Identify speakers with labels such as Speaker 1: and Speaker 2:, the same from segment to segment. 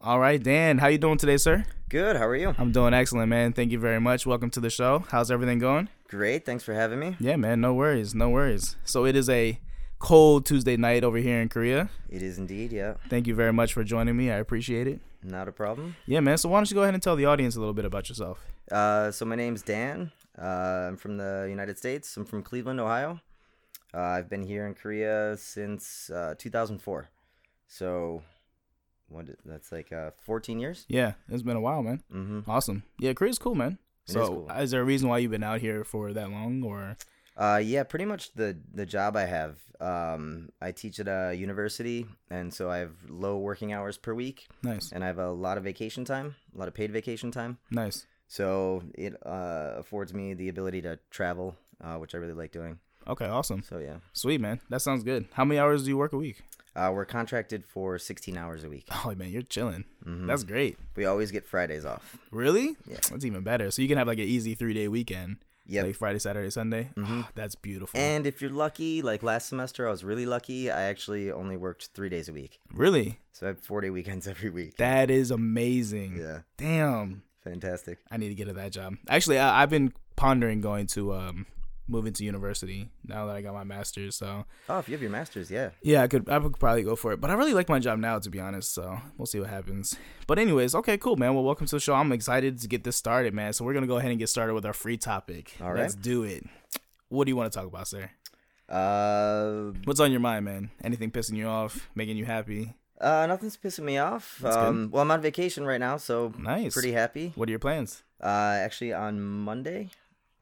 Speaker 1: All right, Dan, how you doing today, sir?
Speaker 2: Good. How are you?
Speaker 1: I'm doing excellent, man. Thank you very much. Welcome to the show. How's everything going?
Speaker 2: Great. Thanks for having me.
Speaker 1: Yeah, man, no worries, no worries. So it is a cold Tuesday night over here in Korea.
Speaker 2: It is indeed. Yeah.
Speaker 1: Thank you very much for joining me. I appreciate it.
Speaker 2: Not a problem.
Speaker 1: Yeah, man. So why don't you go ahead and tell the audience a little bit about yourself?
Speaker 2: Uh, so my name's Dan. Uh, I'm from the United States. I'm from Cleveland, Ohio. Uh, I've been here in Korea since uh, 2004. So, what? did- That's like uh, 14 years.
Speaker 1: Yeah, it's been a while, man.
Speaker 2: Mm-hmm.
Speaker 1: Awesome. Yeah, Korea's cool, man.
Speaker 2: It is
Speaker 1: So is,
Speaker 2: cool.
Speaker 1: there a reason why you've been out here for that long, or
Speaker 2: Uh, yeah, pretty much the the job I have. Um, I teach at a university, and so I have low working hours per week,
Speaker 1: nice,
Speaker 2: and I have a lot of vacation time, a lot of paid vacation time.
Speaker 1: nice?
Speaker 2: So it uh, affords me the ability to travel, uh, which I really like doing.
Speaker 1: Okay, awesome,
Speaker 2: So yeah,
Speaker 1: sweet, man. That sounds good. How many hours do you work a week?
Speaker 2: uh, we're contracted for 16 hours a week.
Speaker 1: Oh man, you're chilling. That's great.
Speaker 2: We always get Fridays off.
Speaker 1: Really?
Speaker 2: Yeah.
Speaker 1: That's even better. So you can have like an easy three day weekend.
Speaker 2: Yep. Mm-hmm.
Speaker 1: Like Friday, Saturday, Sunday. Ah, that's beautiful.
Speaker 2: And if you're lucky, like last semester, I was really lucky. I actually only worked three days a week,
Speaker 1: really?
Speaker 2: so I had four day weekends every week.
Speaker 1: That is amazing.
Speaker 2: Yeah,
Speaker 1: Damn.
Speaker 2: fantastic.
Speaker 1: I need to get at that job. Actually, I, I've been pondering going to um moving to university now that I got my master's. So
Speaker 2: Oh, if you have your masters, yeah.
Speaker 1: Yeah, I could I could probably go for it, but I really like my job now to be honest. So we'll see what happens. But anyways, okay, cool, man. Well, welcome to the show. I'm excited to get this started, man. So we're gonna go ahead and get started with our free topic.
Speaker 2: All right.
Speaker 1: let's do it. What do you want to talk about, sir?
Speaker 2: Uh,
Speaker 1: What's on your mind, man? Anything pissing you off, making you happy?
Speaker 2: uh, nothing's pissing me off. Um, well, I'm on vacation right now, so
Speaker 1: Nice.
Speaker 2: pretty happy.
Speaker 1: What are your plans?
Speaker 2: Uh, actually, on Monday,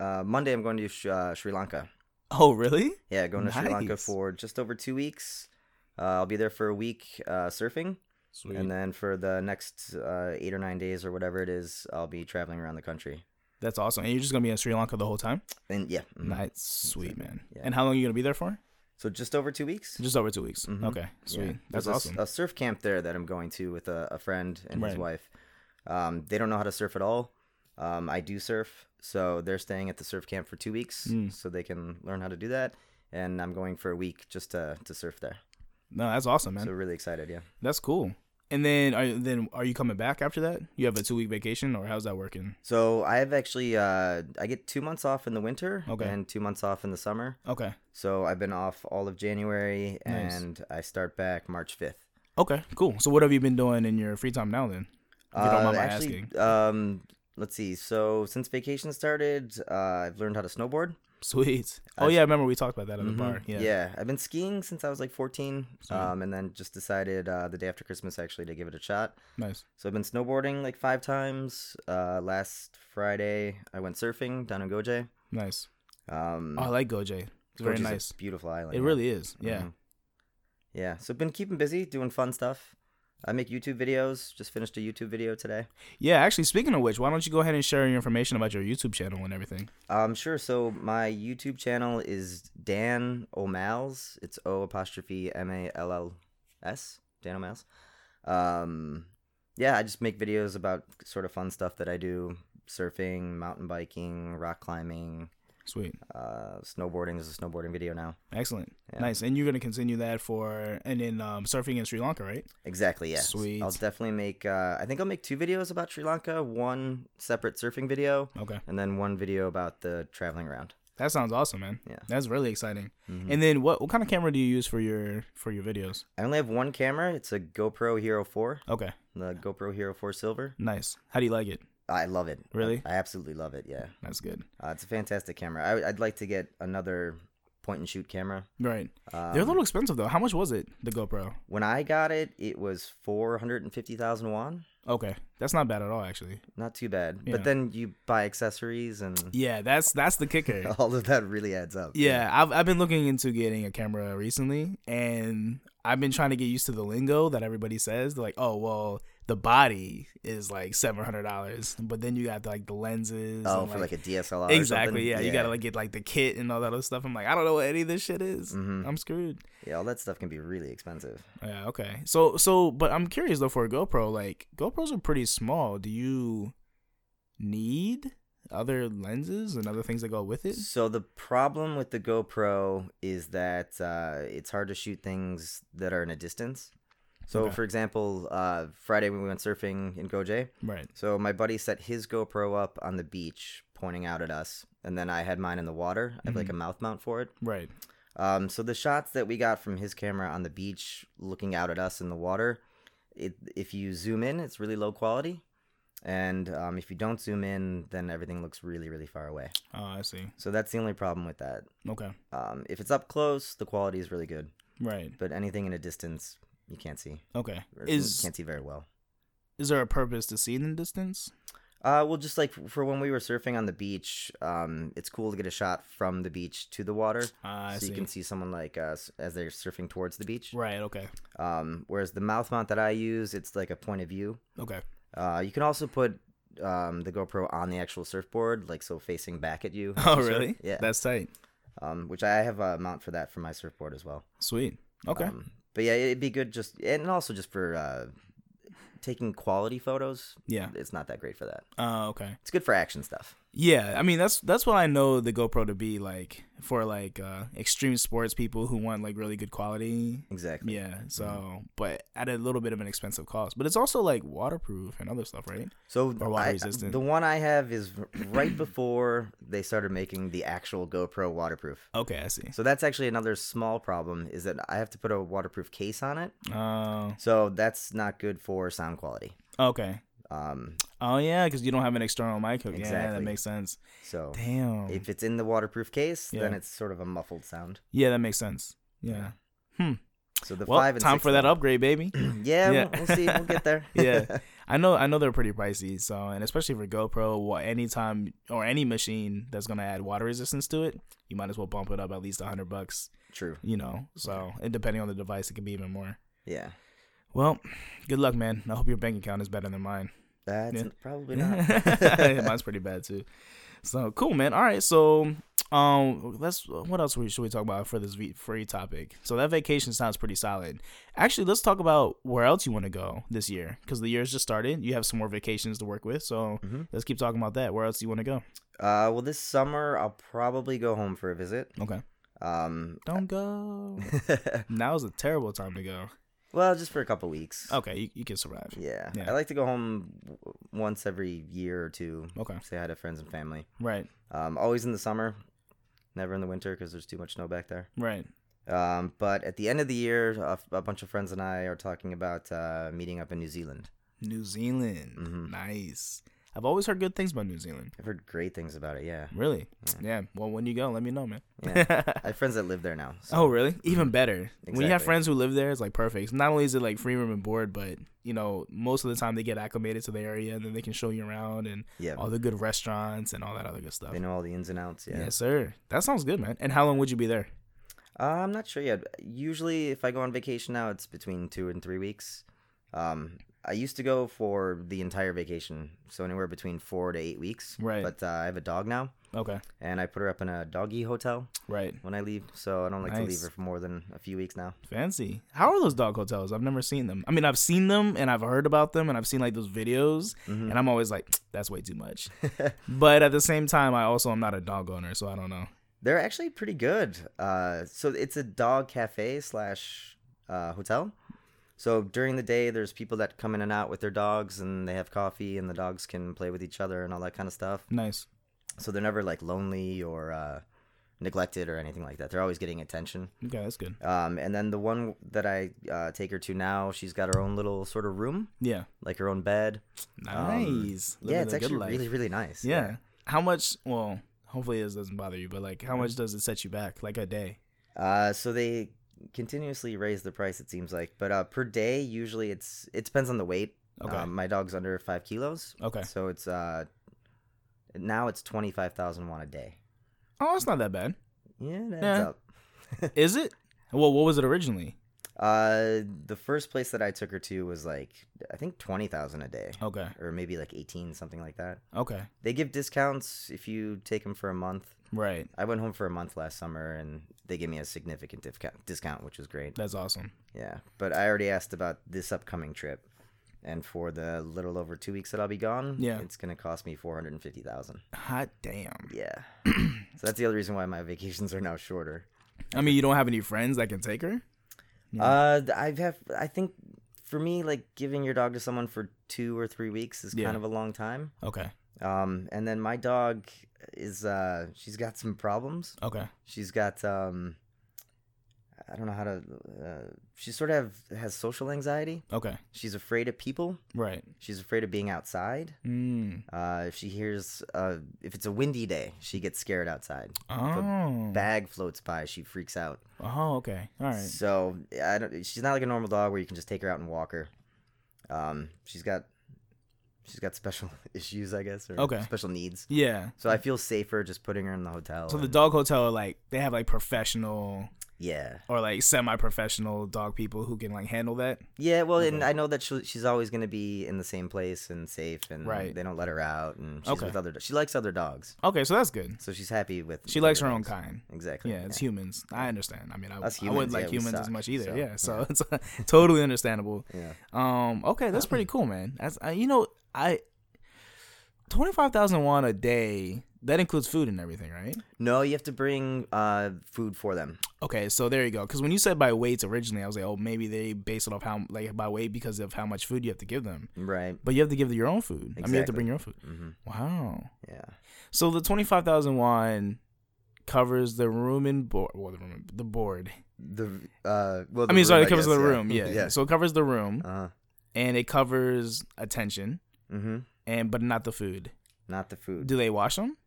Speaker 2: uh, Monday I'm going to Sh- uh, Sri Lanka.
Speaker 1: Oh, really?
Speaker 2: Yeah, going to Sri Lanka
Speaker 1: Nice.
Speaker 2: for just over two weeks. Uh, I'll be there for a week uh, surfing,
Speaker 1: Sweet.
Speaker 2: and then for the next uh, eight or nine days or whatever it is, I'll be traveling around the country.
Speaker 1: That's awesome. And you're just gonna be in Sri Lanka the whole time?
Speaker 2: And yeah, mhm.
Speaker 1: Nice, sweet, man.
Speaker 2: Yeah.
Speaker 1: And how long are you gonna be there for?
Speaker 2: so just over two weeks.
Speaker 1: Just over two weeks.
Speaker 2: Mhm.
Speaker 1: Okay, sweet.
Speaker 2: Yeah.
Speaker 1: That's
Speaker 2: There's a s-
Speaker 1: awesome.
Speaker 2: A, surf camp there that I'm going to with a, a friend and his
Speaker 1: Right.
Speaker 2: wife. Um, they don't know how to surf at all. Um, I do surf, so they're staying at the surf camp for two weeks,
Speaker 1: Mm.
Speaker 2: so they can learn how to do that. And I'm going for a week just to to surf there.
Speaker 1: no, that's awesome, man.
Speaker 2: So really excited, yeah.
Speaker 1: That's cool. And then are then are you coming back after that? You have a two week vacation, or how's that working?
Speaker 2: So I have actually uh, I get two months off in the winter
Speaker 1: Okay.
Speaker 2: and two months off in the summer.
Speaker 1: Okay,
Speaker 2: So I've been off all of January
Speaker 1: Nice.
Speaker 2: and I start back March fifth.
Speaker 1: okay, cool. So what have you been doing in your free time now then? If you don't mind my asking.
Speaker 2: Uh, um, let's see. So since vacation started, uh, I've learned how to snowboard.
Speaker 1: Sweet. Oh yeah, I remember we talked about that at the bar.
Speaker 2: Mhm.
Speaker 1: Yeah.
Speaker 2: I've been skiing since I was like 14, um, and then just decided uh, the day after Christmas actually to give it a shot.
Speaker 1: nice.
Speaker 2: So I've been snowboarding like five times. Uh, last Friday, I went surfing down in Goje.
Speaker 1: Nice.
Speaker 2: Um,
Speaker 1: Oh, I like Gojay. It's very
Speaker 2: Goje's a
Speaker 1: nice.
Speaker 2: beautiful island.
Speaker 1: It
Speaker 2: yeah.
Speaker 1: really is. Yeah.
Speaker 2: Mhm. Yeah. So been keeping busy, doing fun stuff. I make YouTube videos. Just finished a YouTube video today.
Speaker 1: Yeah. Actually, speaking of which, why don't you go ahead and share your information about your YouTube channel and everything?
Speaker 2: Um, sure. So my YouTube channel is Dan O'Mall's. It's O apostrophe M A L L S. Dan O'Mall's. Um, yeah, I just make videos about sort of fun stuff that I do: surfing, mountain biking, rock climbing,
Speaker 1: Sweet.
Speaker 2: uh, snowboarding. There's a snowboarding video now.
Speaker 1: Excellent.
Speaker 2: Yeah.
Speaker 1: Nice. And you're gonna continue that for and then um, surfing in Sri Lanka, right?
Speaker 2: Exactly. Yeah.
Speaker 1: Sweet.
Speaker 2: I'll definitely make. Uh, I think I'll make two videos about Sri Lanka. One separate surfing video,
Speaker 1: Okay.
Speaker 2: and then one video about the traveling around.
Speaker 1: That sounds awesome, man.
Speaker 2: Yeah. Mm-hmm.
Speaker 1: That's really exciting. And then what what kind of camera do you use for your for your videos?
Speaker 2: I only have one camera. It's a GoPro Hero Four.
Speaker 1: Okay.
Speaker 2: the GoPro Hero 4 Silver.
Speaker 1: Nice. How do you like it?
Speaker 2: I love it.
Speaker 1: Really?
Speaker 2: I absolutely love it. Yeah,
Speaker 1: That's good.
Speaker 2: uh, it's a fantastic camera. I, I'd like to get another point and shoot camera.
Speaker 1: Right.
Speaker 2: Um,
Speaker 1: They're a little expensive though. How much was it? The GoPro.
Speaker 2: when I got it, it was four hundred and fifty thousand won.
Speaker 1: Okay. That's not bad at all actually.
Speaker 2: Not too bad.
Speaker 1: Yeah.
Speaker 2: But then you buy accessories and
Speaker 1: Yeah, that's that's the kicker.
Speaker 2: all of that really adds up.
Speaker 1: Yeah, I've I've been looking into getting a camera recently and I've been trying to get used to the lingo that everybody says. They're like, "Oh, well, the body is like $700." But then you got like the lenses
Speaker 2: Oh,
Speaker 1: and,
Speaker 2: for like, a DSLR. or something?
Speaker 1: Exactly. Yeah, you gotta like get like the kit and all that other stuff. I'm like, I don't know what any of this shit is.
Speaker 2: Mhm.
Speaker 1: I'm screwed.
Speaker 2: yeah, all that stuff can be really expensive.
Speaker 1: Yeah, okay. So so but I'm curious though for a GoPro, like GoPros are pretty small. Do you need other lenses and other things that go with it?
Speaker 2: So the problem with the GoPro is that uh, it's hard to shoot things that are in a distance. So,
Speaker 1: Okay.
Speaker 2: for example, uh, Friday when we went surfing in Goje,
Speaker 1: Right.
Speaker 2: so my buddy set his GoPro up on the beach, pointing out at us, and then I had mine in the water. I have
Speaker 1: Mm-hmm.
Speaker 2: like a mouth mount for it.
Speaker 1: Right.
Speaker 2: Um, so the shots that we got from his camera on the beach, looking out at us in the water, it, if you zoom in, it's really low quality, and um, if you don't zoom in, then everything looks really, really far away.
Speaker 1: Oh, I see.
Speaker 2: So that's the only problem with that.
Speaker 1: Okay.
Speaker 2: Um, if it's up close, the quality is really good,
Speaker 1: Right.
Speaker 2: but anything in a distance, you can't see.
Speaker 1: Okay.
Speaker 2: or you
Speaker 1: Is
Speaker 2: can't see very well.
Speaker 1: is there a purpose to seeing in distance?
Speaker 2: Uh, well, just like for when we were surfing on the beach, um, it's cool to get a shot from the beach to the water,
Speaker 1: Ah, I
Speaker 2: so
Speaker 1: see.
Speaker 2: you can see someone like us as they're surfing towards the beach.
Speaker 1: Right. Okay.
Speaker 2: Um, whereas the mouth mount that I use, it's like a point of view.
Speaker 1: Okay.
Speaker 2: Uh, you can also put um, the GoPro on the actual surfboard, like so facing back at you.
Speaker 1: Oh,
Speaker 2: as you surf.
Speaker 1: really?
Speaker 2: Yeah.
Speaker 1: That's tight.
Speaker 2: um, which I have a mount for that for my surfboard as well.
Speaker 1: Sweet. Okay.
Speaker 2: Um, but yeah, it'd be good just and also just for uh, taking quality photos.
Speaker 1: yeah.
Speaker 2: It's not that great for that.
Speaker 1: Uh, okay.
Speaker 2: It's good for action stuff.
Speaker 1: Yeah. I mean, that's that's what I know the GoPro to be like for like uh extreme sports people who want like really good quality.
Speaker 2: Exactly.
Speaker 1: Yeah. So, but at a little bit of an expensive cost. But it's also like waterproof and other stuff, right?
Speaker 2: So
Speaker 1: Or water
Speaker 2: I-
Speaker 1: resistant.
Speaker 2: the one I have is right before they started making the actual GoPro waterproof.
Speaker 1: Okay, I see.
Speaker 2: So that's actually another small problem is that I have to put a waterproof case on it.
Speaker 1: Oh.
Speaker 2: So that's not good for sound quality.
Speaker 1: Okay.
Speaker 2: Um,
Speaker 1: Oh yeah, because you don't have an external mic hook. Yeah, that
Speaker 2: Exactly.
Speaker 1: makes sense.
Speaker 2: so
Speaker 1: Damn.
Speaker 2: if it's in the waterproof case, then
Speaker 1: Yeah.
Speaker 2: it's sort of a muffled sound.
Speaker 1: yeah, that makes sense. Yeah.
Speaker 2: So the
Speaker 1: Well,
Speaker 2: five and
Speaker 1: time
Speaker 2: six
Speaker 1: for that upgrade, baby.
Speaker 2: yeah,
Speaker 1: Yeah.
Speaker 2: We'll, we'll see. We'll get there.
Speaker 1: Yeah. I know. I know they're pretty pricey. So, and especially for GoPro, wha- anytime or any machine that's gonna add water resistance to it, you might as well bump it up at least a hundred bucks.
Speaker 2: True.
Speaker 1: You know. So, and depending on the device, it can be even more.
Speaker 2: Yeah.
Speaker 1: Well, good luck, man. I hope your bank account is better than mine.
Speaker 2: That's
Speaker 1: Yeah.
Speaker 2: n- probably not.
Speaker 1: Mine's pretty bad too. So cool, man. All right, so um, let's what else we- should we talk about for this v- free topic? So that vacation sounds pretty solid. Actually, let's talk about where else you want to go this year because the year's just started. You have some more vacations to work with, so
Speaker 2: Mhm.
Speaker 1: let's keep talking about that. Where else do you want to go?
Speaker 2: Uh, well, this summer I'll probably go home for a visit.
Speaker 1: Okay,
Speaker 2: Um,
Speaker 1: don't go. Now's a terrible time to go.
Speaker 2: well, just for a couple weeks.
Speaker 1: Okay, you, you can survive.
Speaker 2: Yeah.
Speaker 1: Oh. Yeah.
Speaker 2: I like to go home w- once every year or two.
Speaker 1: Okay,
Speaker 2: Say hi to friends and family.
Speaker 1: right,
Speaker 2: Um, always in the summer, never in the winter because there's too much snow back there.
Speaker 1: right.
Speaker 2: Um, but at the end of the year, a, a bunch of friends and I are talking about uh, meeting up in New Zealand.
Speaker 1: New Zealand,
Speaker 2: Mhm.
Speaker 1: nice. I've always heard good things about New Zealand.
Speaker 2: I've heard great things about it. Yeah,
Speaker 1: Really? Yeah. Well, when you go, let me know, man.
Speaker 2: yeah. I have friends that live there now. So.
Speaker 1: oh, really? Even better. When you have
Speaker 2: Exactly.
Speaker 1: friends who live there, it's like perfect. Not only is it like free room and board, but you know, most of the time they get acclimated to the area and then they can show you around and
Speaker 2: yeah,
Speaker 1: all the good restaurants and all that other good stuff.
Speaker 2: they know all the ins and outs. Yeah,
Speaker 1: Yes, sir. That sounds good, man. And how long would you be there?
Speaker 2: uh, I'm not sure yet. Usually, if I go on vacation now, it's between two and three weeks. Um, I used to go for the entire vacation, so anywhere between four to eight weeks.
Speaker 1: Right.
Speaker 2: But uh, I have a dog now,
Speaker 1: Okay.
Speaker 2: and I put her up in a doggy hotel
Speaker 1: Right.
Speaker 2: when I leave, so I don't like to leave
Speaker 1: Nice.
Speaker 2: her for more than a few weeks now.
Speaker 1: Fancy. How are those dog hotels? I've never seen them. I mean, I've seen them and I've heard about them and I've seen like those videos
Speaker 2: Mm-hmm.
Speaker 1: and I'm always like, that's way too much. but at the same time, I also am not a dog owner, so I don't know.
Speaker 2: They're actually pretty good. Uh, so it's a dog cafe slash uh, hotel. So during the day, there's people that come in and out with their dogs, and they have coffee, and the dogs can play with each other and all that kind of stuff.
Speaker 1: Nice.
Speaker 2: So they're never like lonely or uh, neglected or anything like that. They're always getting attention.
Speaker 1: Okay, that's good.
Speaker 2: Um, and then the one that I uh, take her to now, she's got her own little sort of room,
Speaker 1: Yeah.
Speaker 2: like her own bed. Um,
Speaker 1: Nice.
Speaker 2: yeah,
Speaker 1: Living
Speaker 2: it's
Speaker 1: the good
Speaker 2: actually
Speaker 1: life.
Speaker 2: really, really nice.
Speaker 1: Yeah. How much? Well, hopefully this doesn't bother you, but like, how
Speaker 2: Mm-hmm.
Speaker 1: much does it set you back? Like a day?
Speaker 2: Uh, so they continuously raise the price. It seems like, but uh, per day, usually it's it depends on the weight.
Speaker 1: Okay.
Speaker 2: Um, my dog's under five kilos,
Speaker 1: Okay.
Speaker 2: so it's uh, now it's twenty five thousand won a day.
Speaker 1: Oh, it's not that bad,
Speaker 2: Yeah, that's
Speaker 1: Yeah.
Speaker 2: up.
Speaker 1: is it? Well, what was it originally?
Speaker 2: Uh, the first place that I took her to was like I think twenty thousand a day,
Speaker 1: Okay.
Speaker 2: or maybe like eighteen, something like that.
Speaker 1: Okay.
Speaker 2: They give discounts if you take them for a month.
Speaker 1: Right.
Speaker 2: I went home for a month last summer, and they gave me a significant discount, discount which was great.
Speaker 1: That's awesome.
Speaker 2: Yeah, but I already asked about this upcoming trip, and for the little over two weeks that I'll be gone,
Speaker 1: Yeah.
Speaker 2: it's gonna cost me four hundred and fifty thousand.
Speaker 1: Hot damn.
Speaker 2: Yeah, so that's the other reason why my vacations are now shorter.
Speaker 1: I mean, you don't have any friends that can take her.
Speaker 2: Uh, th- I have, I think, for me, like giving your dog to someone for two or three weeks is
Speaker 1: Yeah.
Speaker 2: kind of a long time.
Speaker 1: Okay.
Speaker 2: Um, and then my dog is uh, she's got some problems.
Speaker 1: Okay.
Speaker 2: She's got um, I don't know how to. Uh, she sort of have, has social anxiety.
Speaker 1: Okay.
Speaker 2: She's afraid of people.
Speaker 1: Right.
Speaker 2: She's afraid of being outside.
Speaker 1: Mm.
Speaker 2: Uh, if she hears uh, if it's a windy day, she gets scared outside.
Speaker 1: Oh.
Speaker 2: Bag floats by, she freaks out.
Speaker 1: Oh. Okay. All right.
Speaker 2: So I don't. She's not like a normal dog where you can just take her out and walk her. Um, she's got she's got special issues, I guess, or
Speaker 1: Okay.
Speaker 2: special needs.
Speaker 1: Yeah.
Speaker 2: So I feel safer just putting her in the hotel.
Speaker 1: So the
Speaker 2: and-
Speaker 1: dog hotel, like they have like professional
Speaker 2: yeah,
Speaker 1: or like semi-professional dog people who can like handle that.
Speaker 2: yeah. Well, and
Speaker 1: Okay.
Speaker 2: I know that she she's always going to be in the same place and safe, and
Speaker 1: Right.
Speaker 2: they don't let her out, and she's
Speaker 1: Okay.
Speaker 2: with other. do- She likes other dogs,
Speaker 1: Okay, so that's good.
Speaker 2: so she's happy with.
Speaker 1: She
Speaker 2: with
Speaker 1: likes her
Speaker 2: other
Speaker 1: own
Speaker 2: dogs.
Speaker 1: kind.
Speaker 2: Exactly.
Speaker 1: Yeah, it's humans. I understand. I mean, I,
Speaker 2: Us
Speaker 1: I wouldn't
Speaker 2: humans,
Speaker 1: like
Speaker 2: yeah, we
Speaker 1: humans as
Speaker 2: suck,
Speaker 1: much either.
Speaker 2: so,
Speaker 1: yeah, so
Speaker 2: yeah.
Speaker 1: it's totally understandable.
Speaker 2: Yeah.
Speaker 1: Um, okay, that's pretty cool, man. That's I, you know, I twenty five thousand won a day. That includes food and everything, right?
Speaker 2: No, you have to bring uh, food for them.
Speaker 1: Okay, so there you go. Because when you said by weights originally, I was like, oh, maybe they base it off how like by weight because of how much food you have to give them.
Speaker 2: Right.
Speaker 1: But you have to give them your own food. I mean, you have to
Speaker 2: Exactly.
Speaker 1: bring your own food.
Speaker 2: hmm
Speaker 1: Wow.
Speaker 2: Yeah.
Speaker 1: So the twenty five thousand won covers the room and board. Well, the room, and- the board.
Speaker 2: The uh, well,
Speaker 1: I mean,
Speaker 2: the
Speaker 1: sorry,
Speaker 2: room,
Speaker 1: it covers
Speaker 2: guess,
Speaker 1: the
Speaker 2: yeah.
Speaker 1: room. Yeah.
Speaker 2: yeah.
Speaker 1: So it covers the room
Speaker 2: Uh,
Speaker 1: and it covers attention
Speaker 2: mm-hmm.
Speaker 1: and but not the food.
Speaker 2: Not the food.
Speaker 1: Do they wash them?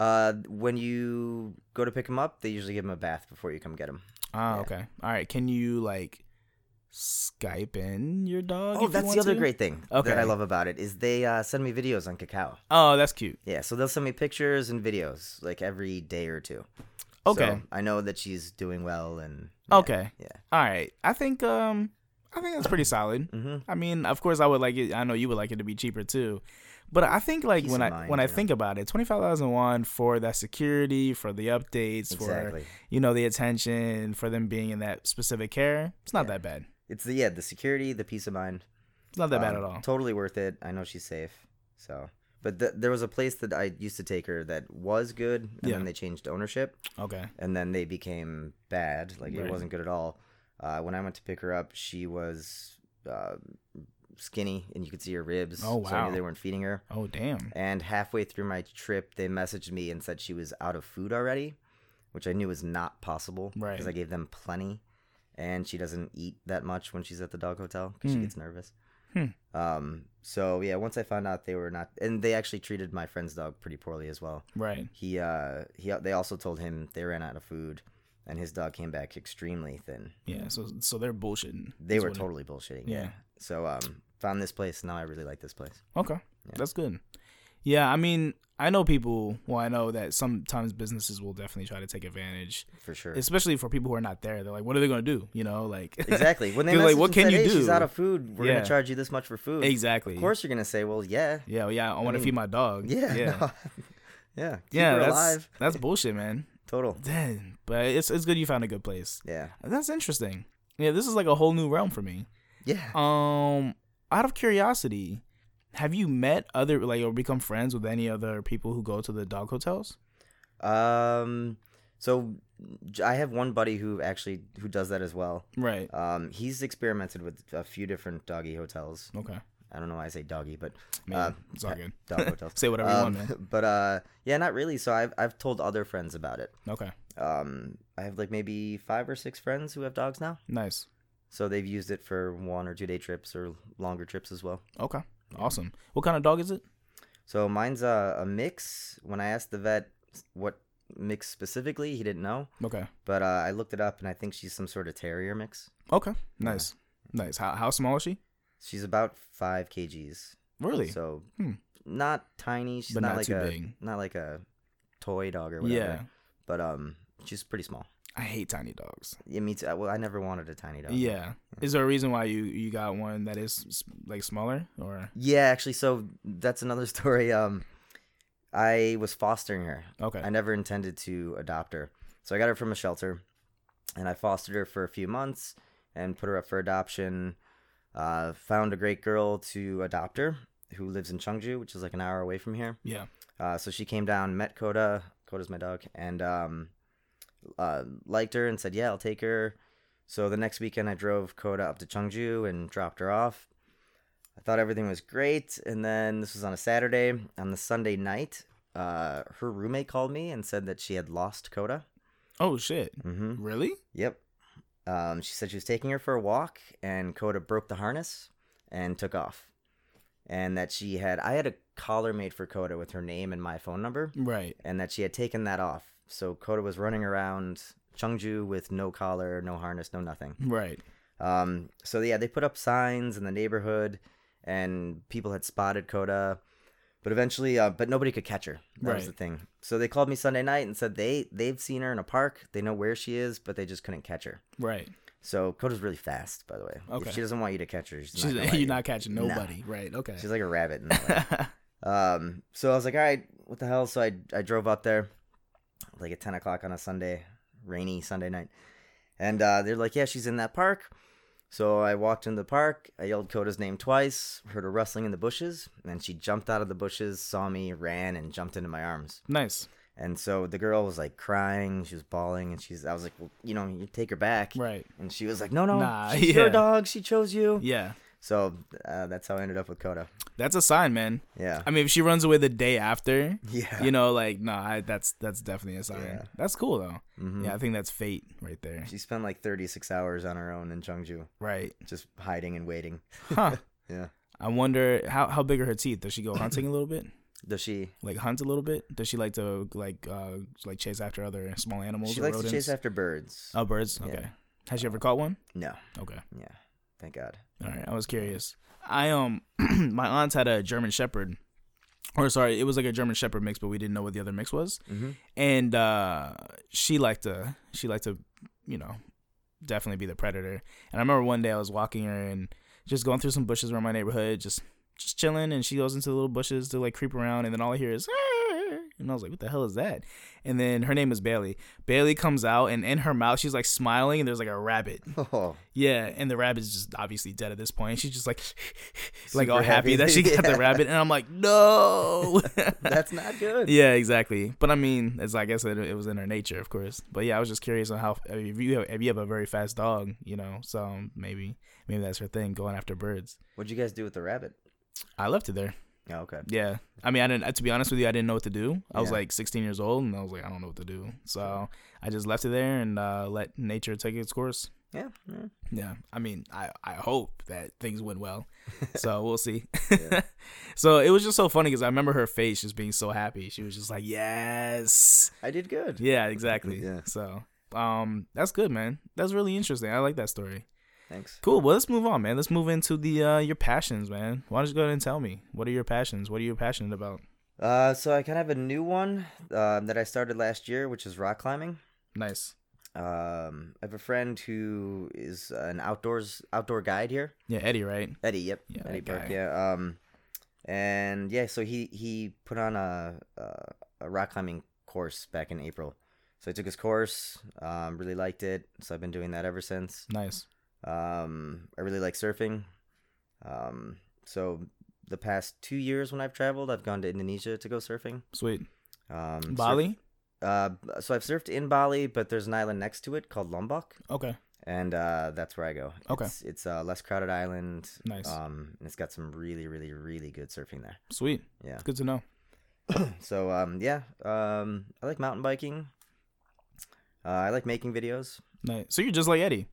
Speaker 2: Uh, when you go to pick them up, they usually give them a bath before you come get them.
Speaker 1: Ah,
Speaker 2: Yeah.
Speaker 1: okay. All right. Can you like Skype in your dog?
Speaker 2: Oh,
Speaker 1: if you
Speaker 2: that's
Speaker 1: want
Speaker 2: the other
Speaker 1: to?
Speaker 2: great thing
Speaker 1: Okay.
Speaker 2: that I love about it is they uh, send me videos on Kakao.
Speaker 1: Oh, that's cute.
Speaker 2: Yeah, so they'll send me pictures and videos like every day or two.
Speaker 1: Okay.
Speaker 2: So I know that she's doing well and yeah,
Speaker 1: Okay.
Speaker 2: Yeah.
Speaker 1: All right. I think um I think that's pretty solid.
Speaker 2: Mm-hmm.
Speaker 1: I mean, of course I would like it I know you would like it to be cheaper too. But I think like
Speaker 2: Peace
Speaker 1: when I
Speaker 2: of mind,
Speaker 1: when I
Speaker 2: you know?
Speaker 1: think about it, twenty five thousand won for that security, for the updates, for
Speaker 2: Exactly.
Speaker 1: you know, the attention, for them being in that specific care, it's not
Speaker 2: Yeah.
Speaker 1: that bad.
Speaker 2: It's the yeah the security, the peace of mind.
Speaker 1: It's not that bad at
Speaker 2: Um,
Speaker 1: all.
Speaker 2: Totally worth it. I know she's safe. So, but th- there was a place that I used to take her that was good, and
Speaker 1: Yeah.
Speaker 2: then they changed ownership.
Speaker 1: Okay.
Speaker 2: and then they became bad. Like
Speaker 1: Right.
Speaker 2: it wasn't good at all. Uh, when I went to pick her up, she was uh, skinny, and you could see her ribs.
Speaker 1: Oh,
Speaker 2: So I
Speaker 1: wow.
Speaker 2: knew they weren't feeding her.
Speaker 1: Oh damn.
Speaker 2: And halfway through my trip, they messaged me and said she was out of food already, which I knew was not possible
Speaker 1: Right.
Speaker 2: because I gave them plenty. And she doesn't eat that much when she's at the dog hotel because she
Speaker 1: Hmm.
Speaker 2: gets nervous.
Speaker 1: Hmm.
Speaker 2: Um. So yeah, once I found out they were not, and they actually treated my friend's dog pretty poorly as well
Speaker 1: Right.
Speaker 2: he uh he they also told him they ran out of food and his dog came back extremely thin
Speaker 1: Yeah. So so they're bullshitting.
Speaker 2: they
Speaker 1: is
Speaker 2: were
Speaker 1: what it-
Speaker 2: totally bullshitting
Speaker 1: Yeah.
Speaker 2: so um found this place now i really like this place
Speaker 1: Okay.
Speaker 2: Yeah.
Speaker 1: That's good. Yeah, I mean, I know people. Well, I know that sometimes businesses will definitely try to take advantage,
Speaker 2: for sure
Speaker 1: especially for people who are not there. They're like, "What are they gonna do?" You know, like
Speaker 2: exactly when they
Speaker 1: They're
Speaker 2: like what can you do she's out of food we're
Speaker 1: Yeah.
Speaker 2: gonna charge you this much for food
Speaker 1: exactly.
Speaker 2: of course you're gonna say well yeah
Speaker 1: Yeah, well, yeah. I want to
Speaker 2: mean,
Speaker 1: feed my dog.
Speaker 2: yeah
Speaker 1: yeah,
Speaker 2: no. yeah keep
Speaker 1: yeah.
Speaker 2: her
Speaker 1: That's
Speaker 2: alive
Speaker 1: that's bullshit, man.
Speaker 2: total
Speaker 1: Dang. But it's it's good you found a good place.
Speaker 2: yeah
Speaker 1: That's interesting. Yeah, this is like a whole new realm for me.
Speaker 2: yeah
Speaker 1: Um, out of curiosity, have you met other like or become friends with any other people who go to the dog hotels?
Speaker 2: um so j- i have one buddy who actually who does that as well
Speaker 1: Right.
Speaker 2: um he's experimented with a few different doggy hotels
Speaker 1: Okay.
Speaker 2: i don't know why i say doggy but
Speaker 1: Man,
Speaker 2: Uh,
Speaker 1: it's all
Speaker 2: pa-
Speaker 1: good.
Speaker 2: dog hotels.
Speaker 1: Say whatever
Speaker 2: Um,
Speaker 1: you want, man.
Speaker 2: But uh, yeah, not really. So I've I've told other friends about it.
Speaker 1: Okay.
Speaker 2: Um, I have like maybe five or six friends who have dogs now,
Speaker 1: Nice.
Speaker 2: so they've used it for one or two day trips or longer trips as well.
Speaker 1: Okay. Awesome. What kind of dog is it?
Speaker 2: So mine's uh, a, a mix. When I asked the vet what mix specifically, he didn't know.
Speaker 1: Okay.
Speaker 2: But uh, I looked it up, and I think she's some sort of terrier mix.
Speaker 1: Okay. Nice. Nice. How how small is she?
Speaker 2: She's about five kgs.
Speaker 1: Really?
Speaker 2: So
Speaker 1: Hmm.
Speaker 2: not tiny. She's
Speaker 1: But
Speaker 2: not,
Speaker 1: not
Speaker 2: like
Speaker 1: too
Speaker 2: a
Speaker 1: big.
Speaker 2: not like a toy dog or whatever.
Speaker 1: yeah.
Speaker 2: But um, she's pretty small.
Speaker 1: I hate tiny dogs.
Speaker 2: Yeah, me too. Well, I never wanted a tiny dog.
Speaker 1: Yeah. Is there a reason why you you got one that is s- like smaller or
Speaker 2: Yeah, actually, so that's another story. Um, I was fostering her.
Speaker 1: okay?
Speaker 2: I never intended to adopt her, so I got her from a shelter, and I fostered her for a few months and put her up for adoption. Uh, found a great girl to adopt her who lives in Chungju, which is like an hour away from here.
Speaker 1: yeah.
Speaker 2: Uh, so she came down, met Coda. Coda's my dog, and um, uh, liked her and said, "Yeah, I'll take her." So the next weekend, I drove Coda up to Chungju and dropped her off. I thought everything was great, and then this was on a Saturday. On the Sunday night, uh, her roommate called me and said that she had lost Coda.
Speaker 1: Oh shit!
Speaker 2: Mm-hmm.
Speaker 1: Really?
Speaker 2: Yep. Um, she said she was taking her for a walk, and Coda broke the harness and took off. And that she had, I had a collar made for Coda with her name and my phone number,
Speaker 1: Right.
Speaker 2: and that she had taken that off. So Coda was running around Chungju with no collar, no harness, no nothing.
Speaker 1: Right.
Speaker 2: Um, so yeah, they put up signs in the neighborhood, and people had spotted Coda, but eventually, uh, but nobody could catch her. That was the
Speaker 1: Right.
Speaker 2: thing. So they called me Sunday night and said they they've seen her in a park. They know where she is, but they just couldn't catch her.
Speaker 1: Right.
Speaker 2: So Coda's really fast, by the way.
Speaker 1: Okay.
Speaker 2: If she doesn't want you to catch her, she's,
Speaker 1: She's,
Speaker 2: not. gonna let
Speaker 1: you're
Speaker 2: you.
Speaker 1: not catching
Speaker 2: Nah.
Speaker 1: nobody. Right. Okay.
Speaker 2: She's like a rabbit. In that way. Um, so I was like, all right, what the hell? So I I drove up there, like at ten o'clock on a Sunday, rainy Sunday night, and uh, they're like, yeah, she's in that park. So I walked into the park. I yelled Coda's name twice, heard her rustling in the bushes, and she jumped out of the bushes, saw me, ran, and jumped into my arms.
Speaker 1: nice.
Speaker 2: And so the girl was like crying, she was bawling, and she's. I was like, well, you know, you take her back.
Speaker 1: Right.
Speaker 2: And she was like, no, no,
Speaker 1: Nah,
Speaker 2: she's your
Speaker 1: yeah.
Speaker 2: dog. She chose you.
Speaker 1: Yeah.
Speaker 2: So uh, that's how I ended up with Coda.
Speaker 1: That's a sign, man.
Speaker 2: Yeah.
Speaker 1: I mean, if she runs away the day after,
Speaker 2: yeah.
Speaker 1: you know, like no, I, that's that's definitely a sign.
Speaker 2: Yeah.
Speaker 1: That's cool though.
Speaker 2: Mhm.
Speaker 1: Yeah, I think that's fate right there.
Speaker 2: She spent like 36 hours on her own in Chungju,
Speaker 1: Right.
Speaker 2: just hiding and waiting.
Speaker 1: Huh.
Speaker 2: Yeah.
Speaker 1: I wonder how how big are her teeth? Does she go hunting a little bit?
Speaker 2: Does she?
Speaker 1: Like hunt a little bit? Does she like to like uh like chase after other small animals
Speaker 2: she
Speaker 1: or
Speaker 2: likes
Speaker 1: rodents?
Speaker 2: to chase after birds.
Speaker 1: oh, birds.
Speaker 2: Yeah.
Speaker 1: Okay. Has she ever caught one?
Speaker 2: No.
Speaker 1: Okay.
Speaker 2: Yeah. Thank God.
Speaker 1: All right, I was curious. I um, my aunt had a German Shepherd, or sorry, it was like a German Shepherd mix, but we didn't know what the other mix was.
Speaker 2: Mhm.
Speaker 1: And uh, she liked to, she liked to, you know, definitely be the predator. And I remember one day I was walking her and just going through some bushes around my neighborhood, just just chilling, and she goes into the little bushes to like creep around, and then all I hear is. "Arr!" And I was like, "What the hell is that?" And then her name is Bailey. Bailey comes out, and in her mouth, she's like smiling, and there's like a rabbit.
Speaker 2: Oh,
Speaker 1: Yeah, and the rabbit's just obviously dead at this point. She's just like, like all
Speaker 2: Super
Speaker 1: happy
Speaker 2: happy.
Speaker 1: that she got
Speaker 2: Yeah.
Speaker 1: the rabbit, and I'm like, no.
Speaker 2: that's not good.
Speaker 1: yeah, exactly. But I mean, it's I guess it, it was in her nature, of course. But yeah, I was just curious on how I mean, if you have, if you have a very fast dog, you know, so maybe maybe that's her thing, going after birds.
Speaker 2: What'd you guys do with the rabbit?
Speaker 1: I left it there.
Speaker 2: Oh, okay.
Speaker 1: Yeah, I mean, I didn't. To be honest with you, I didn't know what to do. I was
Speaker 2: Yeah.
Speaker 1: like 16 years old, and I was like, I don't know what to do. So I just left it there and uh, let nature take its course.
Speaker 2: Yeah. yeah.
Speaker 1: Yeah, I mean, I I hope that things went well. So we'll see.
Speaker 2: Yeah.
Speaker 1: so it was just so funny because I remember her face just being so happy. She was just like, "Yes,
Speaker 2: I did good.
Speaker 1: yeah, exactly."
Speaker 2: Yeah.
Speaker 1: So um, that's good, man. That's really interesting. I like that story.
Speaker 2: Thanks.
Speaker 1: Cool. Well, let's move on, man. Let's move into the uh, your passions, man. Why don't you go ahead and tell me what are your passions? What are you passionate about?
Speaker 2: Uh, so I kind of have a new one uh, that I started last year, which is rock climbing.
Speaker 1: Nice.
Speaker 2: Um, I have a friend who is an outdoors outdoor guide here.
Speaker 1: Yeah, Eddie, right?
Speaker 2: Eddie, yep.
Speaker 1: Yeah,
Speaker 2: Eddie
Speaker 1: that
Speaker 2: Burke,
Speaker 1: guy.
Speaker 2: yeah. Um and yeah, so he he put on a a, a rock climbing course back in April. So I took his course, um really liked it. So I've been doing that ever since.
Speaker 1: Nice.
Speaker 2: Um I really like surfing. Um so the past 2 years when I've traveled, I've gone to Indonesia to go surfing.
Speaker 1: Sweet.
Speaker 2: Um surf-
Speaker 1: Bali.
Speaker 2: uh so I've surfed in Bali, but there's an island next to it called Lombok
Speaker 1: Okay.
Speaker 2: and uh, that's where I go.
Speaker 1: Okay.
Speaker 2: it's, it's a less crowded island.
Speaker 1: Nice.
Speaker 2: Um, and it's got some really, really, really good surfing there.
Speaker 1: Sweet.
Speaker 2: Yeah.
Speaker 1: It's good to know.
Speaker 2: So um, yeah, um, I like mountain biking. Uh, I like making videos.
Speaker 1: Nice. So you're just like Eddie,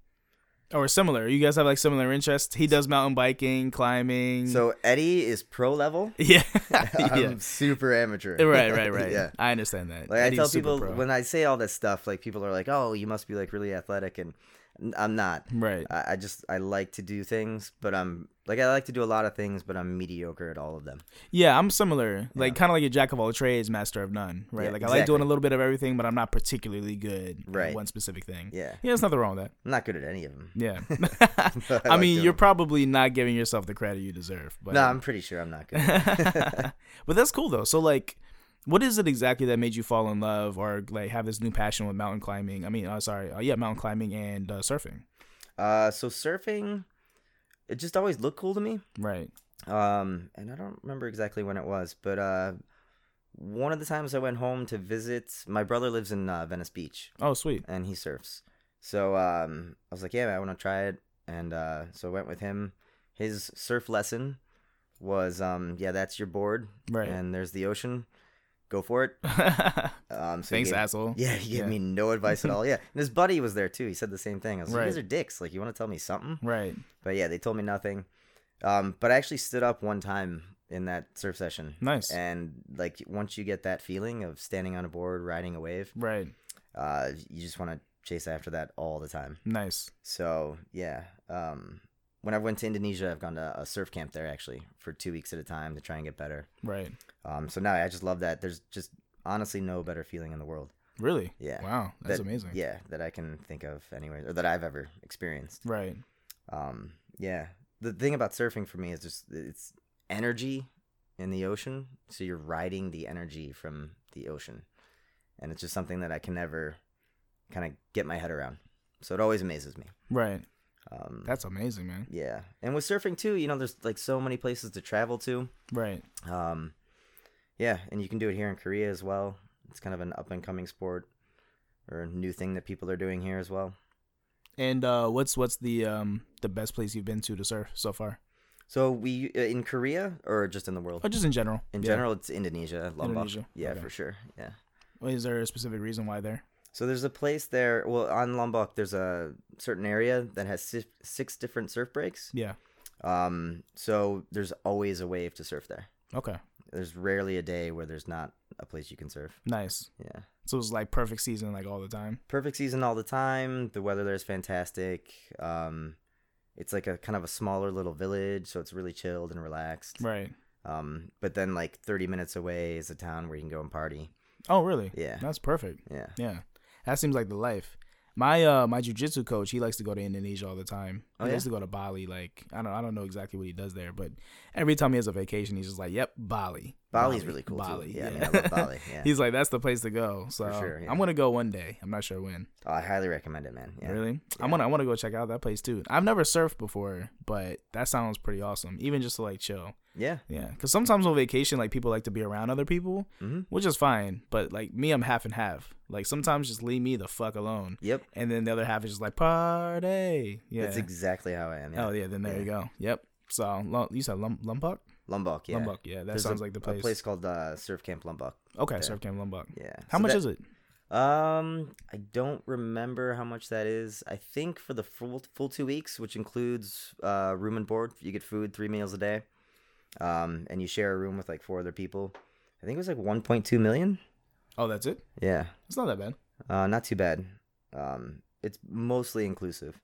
Speaker 1: or similar. You guys have like similar interests. He does mountain biking, climbing.
Speaker 2: So Eddie is pro level.
Speaker 1: yeah, Mm. yeah.
Speaker 2: I'm super amateur.
Speaker 1: Right, right, right.
Speaker 2: yeah.
Speaker 1: I understand that.
Speaker 2: Like I
Speaker 1: Eddie's
Speaker 2: tell
Speaker 1: super
Speaker 2: people
Speaker 1: pro.
Speaker 2: when I say all this stuff, like people are like, "Oh, you must be like really athletic," and n- I'm not.
Speaker 1: right.
Speaker 2: I I just I like to do things, but I'm like I like to do a lot of things, but I'm mediocre at all of them.
Speaker 1: Yeah, I'm similar. Like
Speaker 2: Yeah.
Speaker 1: kind of like a jack of all trades, master of none. Right.
Speaker 2: Yeah,
Speaker 1: like I like doing
Speaker 2: exactly.
Speaker 1: a little bit of everything, but I'm not particularly good
Speaker 2: Right.
Speaker 1: at one specific thing.
Speaker 2: Yeah,
Speaker 1: Yeah, there's nothing wrong with that.
Speaker 2: I'm not good at any of them.
Speaker 1: Yeah.
Speaker 2: But
Speaker 1: I, mean,
Speaker 2: like doing
Speaker 1: you're
Speaker 2: them.
Speaker 1: probably not giving yourself the credit you deserve. But
Speaker 2: No, I'm pretty sure I'm not good.
Speaker 1: but that's cool though. So like, what is it exactly that made you fall in love or like have this new passion with mountain climbing? I mean, uh, sorry, uh, yeah, mountain climbing and uh, surfing.
Speaker 2: Uh, so surfing, it just always looked cool to me.
Speaker 1: Right.
Speaker 2: Um, and I don't remember exactly when it was, but uh, one of the times I went home to visit, my brother lives in uh, Venice Beach
Speaker 1: Oh, sweet.
Speaker 2: and he surfs. So um, I was like, yeah, man, I want to try it, and uh, so I went with him. His surf lesson was, um, yeah, that's your board,
Speaker 1: Right.
Speaker 2: and there's the ocean. Go for it. Um, so he
Speaker 1: Thanks,
Speaker 2: gave-
Speaker 1: asshole.
Speaker 2: Yeah, he gave
Speaker 1: Yeah.
Speaker 2: me no advice at all. Yeah, and his buddy was there too. He said the same thing. I was like, "You guys
Speaker 1: Right.
Speaker 2: are dicks. Like, you want to tell me something?"
Speaker 1: Right.
Speaker 2: But yeah, they told me nothing. Um, but I actually stood up one time in that surf session.
Speaker 1: Nice.
Speaker 2: And like once you get that feeling of standing on a board, riding a wave,
Speaker 1: Right.
Speaker 2: uh, you just want to chase after that all the time.
Speaker 1: Nice.
Speaker 2: So yeah, um, when I went to Indonesia, I've gone to a surf camp there actually for two weeks at a time to try and get better.
Speaker 1: Right.
Speaker 2: Um, so now I just love that. There's just honestly no better feeling in the world.
Speaker 1: Really?
Speaker 2: Yeah.
Speaker 1: Wow. That's
Speaker 2: that-
Speaker 1: amazing.
Speaker 2: Yeah, that I can think of anywhere or that I've ever experienced.
Speaker 1: Right.
Speaker 2: Um, yeah, the thing about surfing for me is just it's energy in the ocean. So you're riding the energy from the ocean, and it's just something that I can never kind of get my head around. So it always amazes me.
Speaker 1: Right.
Speaker 2: Um,
Speaker 1: That's amazing, man.
Speaker 2: yeah, and with surfing too, you know, there's like so many places to travel to.
Speaker 1: Right.
Speaker 2: Um, yeah, and you can do it here in Korea as well. It's kind of an up and coming sport or a new thing that people are doing here as well.
Speaker 1: And uh, what's what's the um the best place you've been to to surf so far?
Speaker 2: So we uh, in Korea or just in the world?
Speaker 1: Or just in general?
Speaker 2: In
Speaker 1: Yeah.
Speaker 2: general, it's Indonesia, Lombok.
Speaker 1: Indonesia,
Speaker 2: Yeah,
Speaker 1: okay.
Speaker 2: for sure. Yeah.
Speaker 1: Is there a specific reason why there?
Speaker 2: So there's a place there. Well, on Lombok, there's a certain area that has six, six different surf breaks.
Speaker 1: Yeah.
Speaker 2: Um, so there's always a wave to surf there.
Speaker 1: Okay.
Speaker 2: There's rarely a day where there's not a place you can surf.
Speaker 1: Nice.
Speaker 2: Yeah.
Speaker 1: So it's like perfect season, like all the time.
Speaker 2: Perfect season all the time. The weather there is fantastic. Um, it's like a kind of a smaller little village, so it's really chilled and relaxed.
Speaker 1: Right.
Speaker 2: Um, but then like 30 minutes away is a town where you can go and party.
Speaker 1: Oh, really?
Speaker 2: Yeah.
Speaker 1: That's perfect.
Speaker 2: Yeah.
Speaker 1: Yeah. That seems like the life. My uh my jujitsu coach, he likes to go to Indonesia all the time.
Speaker 2: Oh,
Speaker 1: he
Speaker 2: yeah?
Speaker 1: likes to go to Bali. Like I don't I don't know exactly what he does there, but every time he has a vacation, he's just like, "Yep, Bali."
Speaker 2: Bali's
Speaker 1: Bali,
Speaker 2: really cool
Speaker 1: Bali.
Speaker 2: too. Yeah, I mean, I love Bali. Yeah,
Speaker 1: he's like, "That's the place to go." So
Speaker 2: sure, yeah.
Speaker 1: I'm gonna go one day. I'm not sure when.
Speaker 2: oh, I highly recommend it, man. Yeah.
Speaker 1: Really, I want to I want to go check out that place too. I've never surfed before, but that sounds pretty awesome. Even just to like chill.
Speaker 2: Yeah.
Speaker 1: Yeah, because sometimes on vacation, like people like to be around other people,
Speaker 2: Mhm.
Speaker 1: which is fine. But like me, I'm half and half. Like sometimes just leave me the fuck alone,
Speaker 2: Yep.
Speaker 1: and then the other half is just like party. Yeah.
Speaker 2: That's exactly how I am. Yeah.
Speaker 1: Oh yeah. Then there you go. Yep. So Lo- you said Lum- Lombok.
Speaker 2: Lombok. Yeah.
Speaker 1: Lombok. Yeah. That
Speaker 2: There's
Speaker 1: sounds
Speaker 2: a,
Speaker 1: like the
Speaker 2: A
Speaker 1: place.
Speaker 2: place called uh, Surf Camp Lombok.
Speaker 1: okay. Surf Camp Lombok.
Speaker 2: Yeah.
Speaker 1: How much is it?
Speaker 2: it? Um, I don't remember how much that is. I think for the full full two weeks, which includes uh, room and board, you get food three meals a day, um, and you share a room with like four other people. I think it was like 1.2 million.
Speaker 1: Oh, that's it.
Speaker 2: Yeah.
Speaker 1: It's not that bad.
Speaker 2: Uh, not too bad. Um, it's mostly inclusive.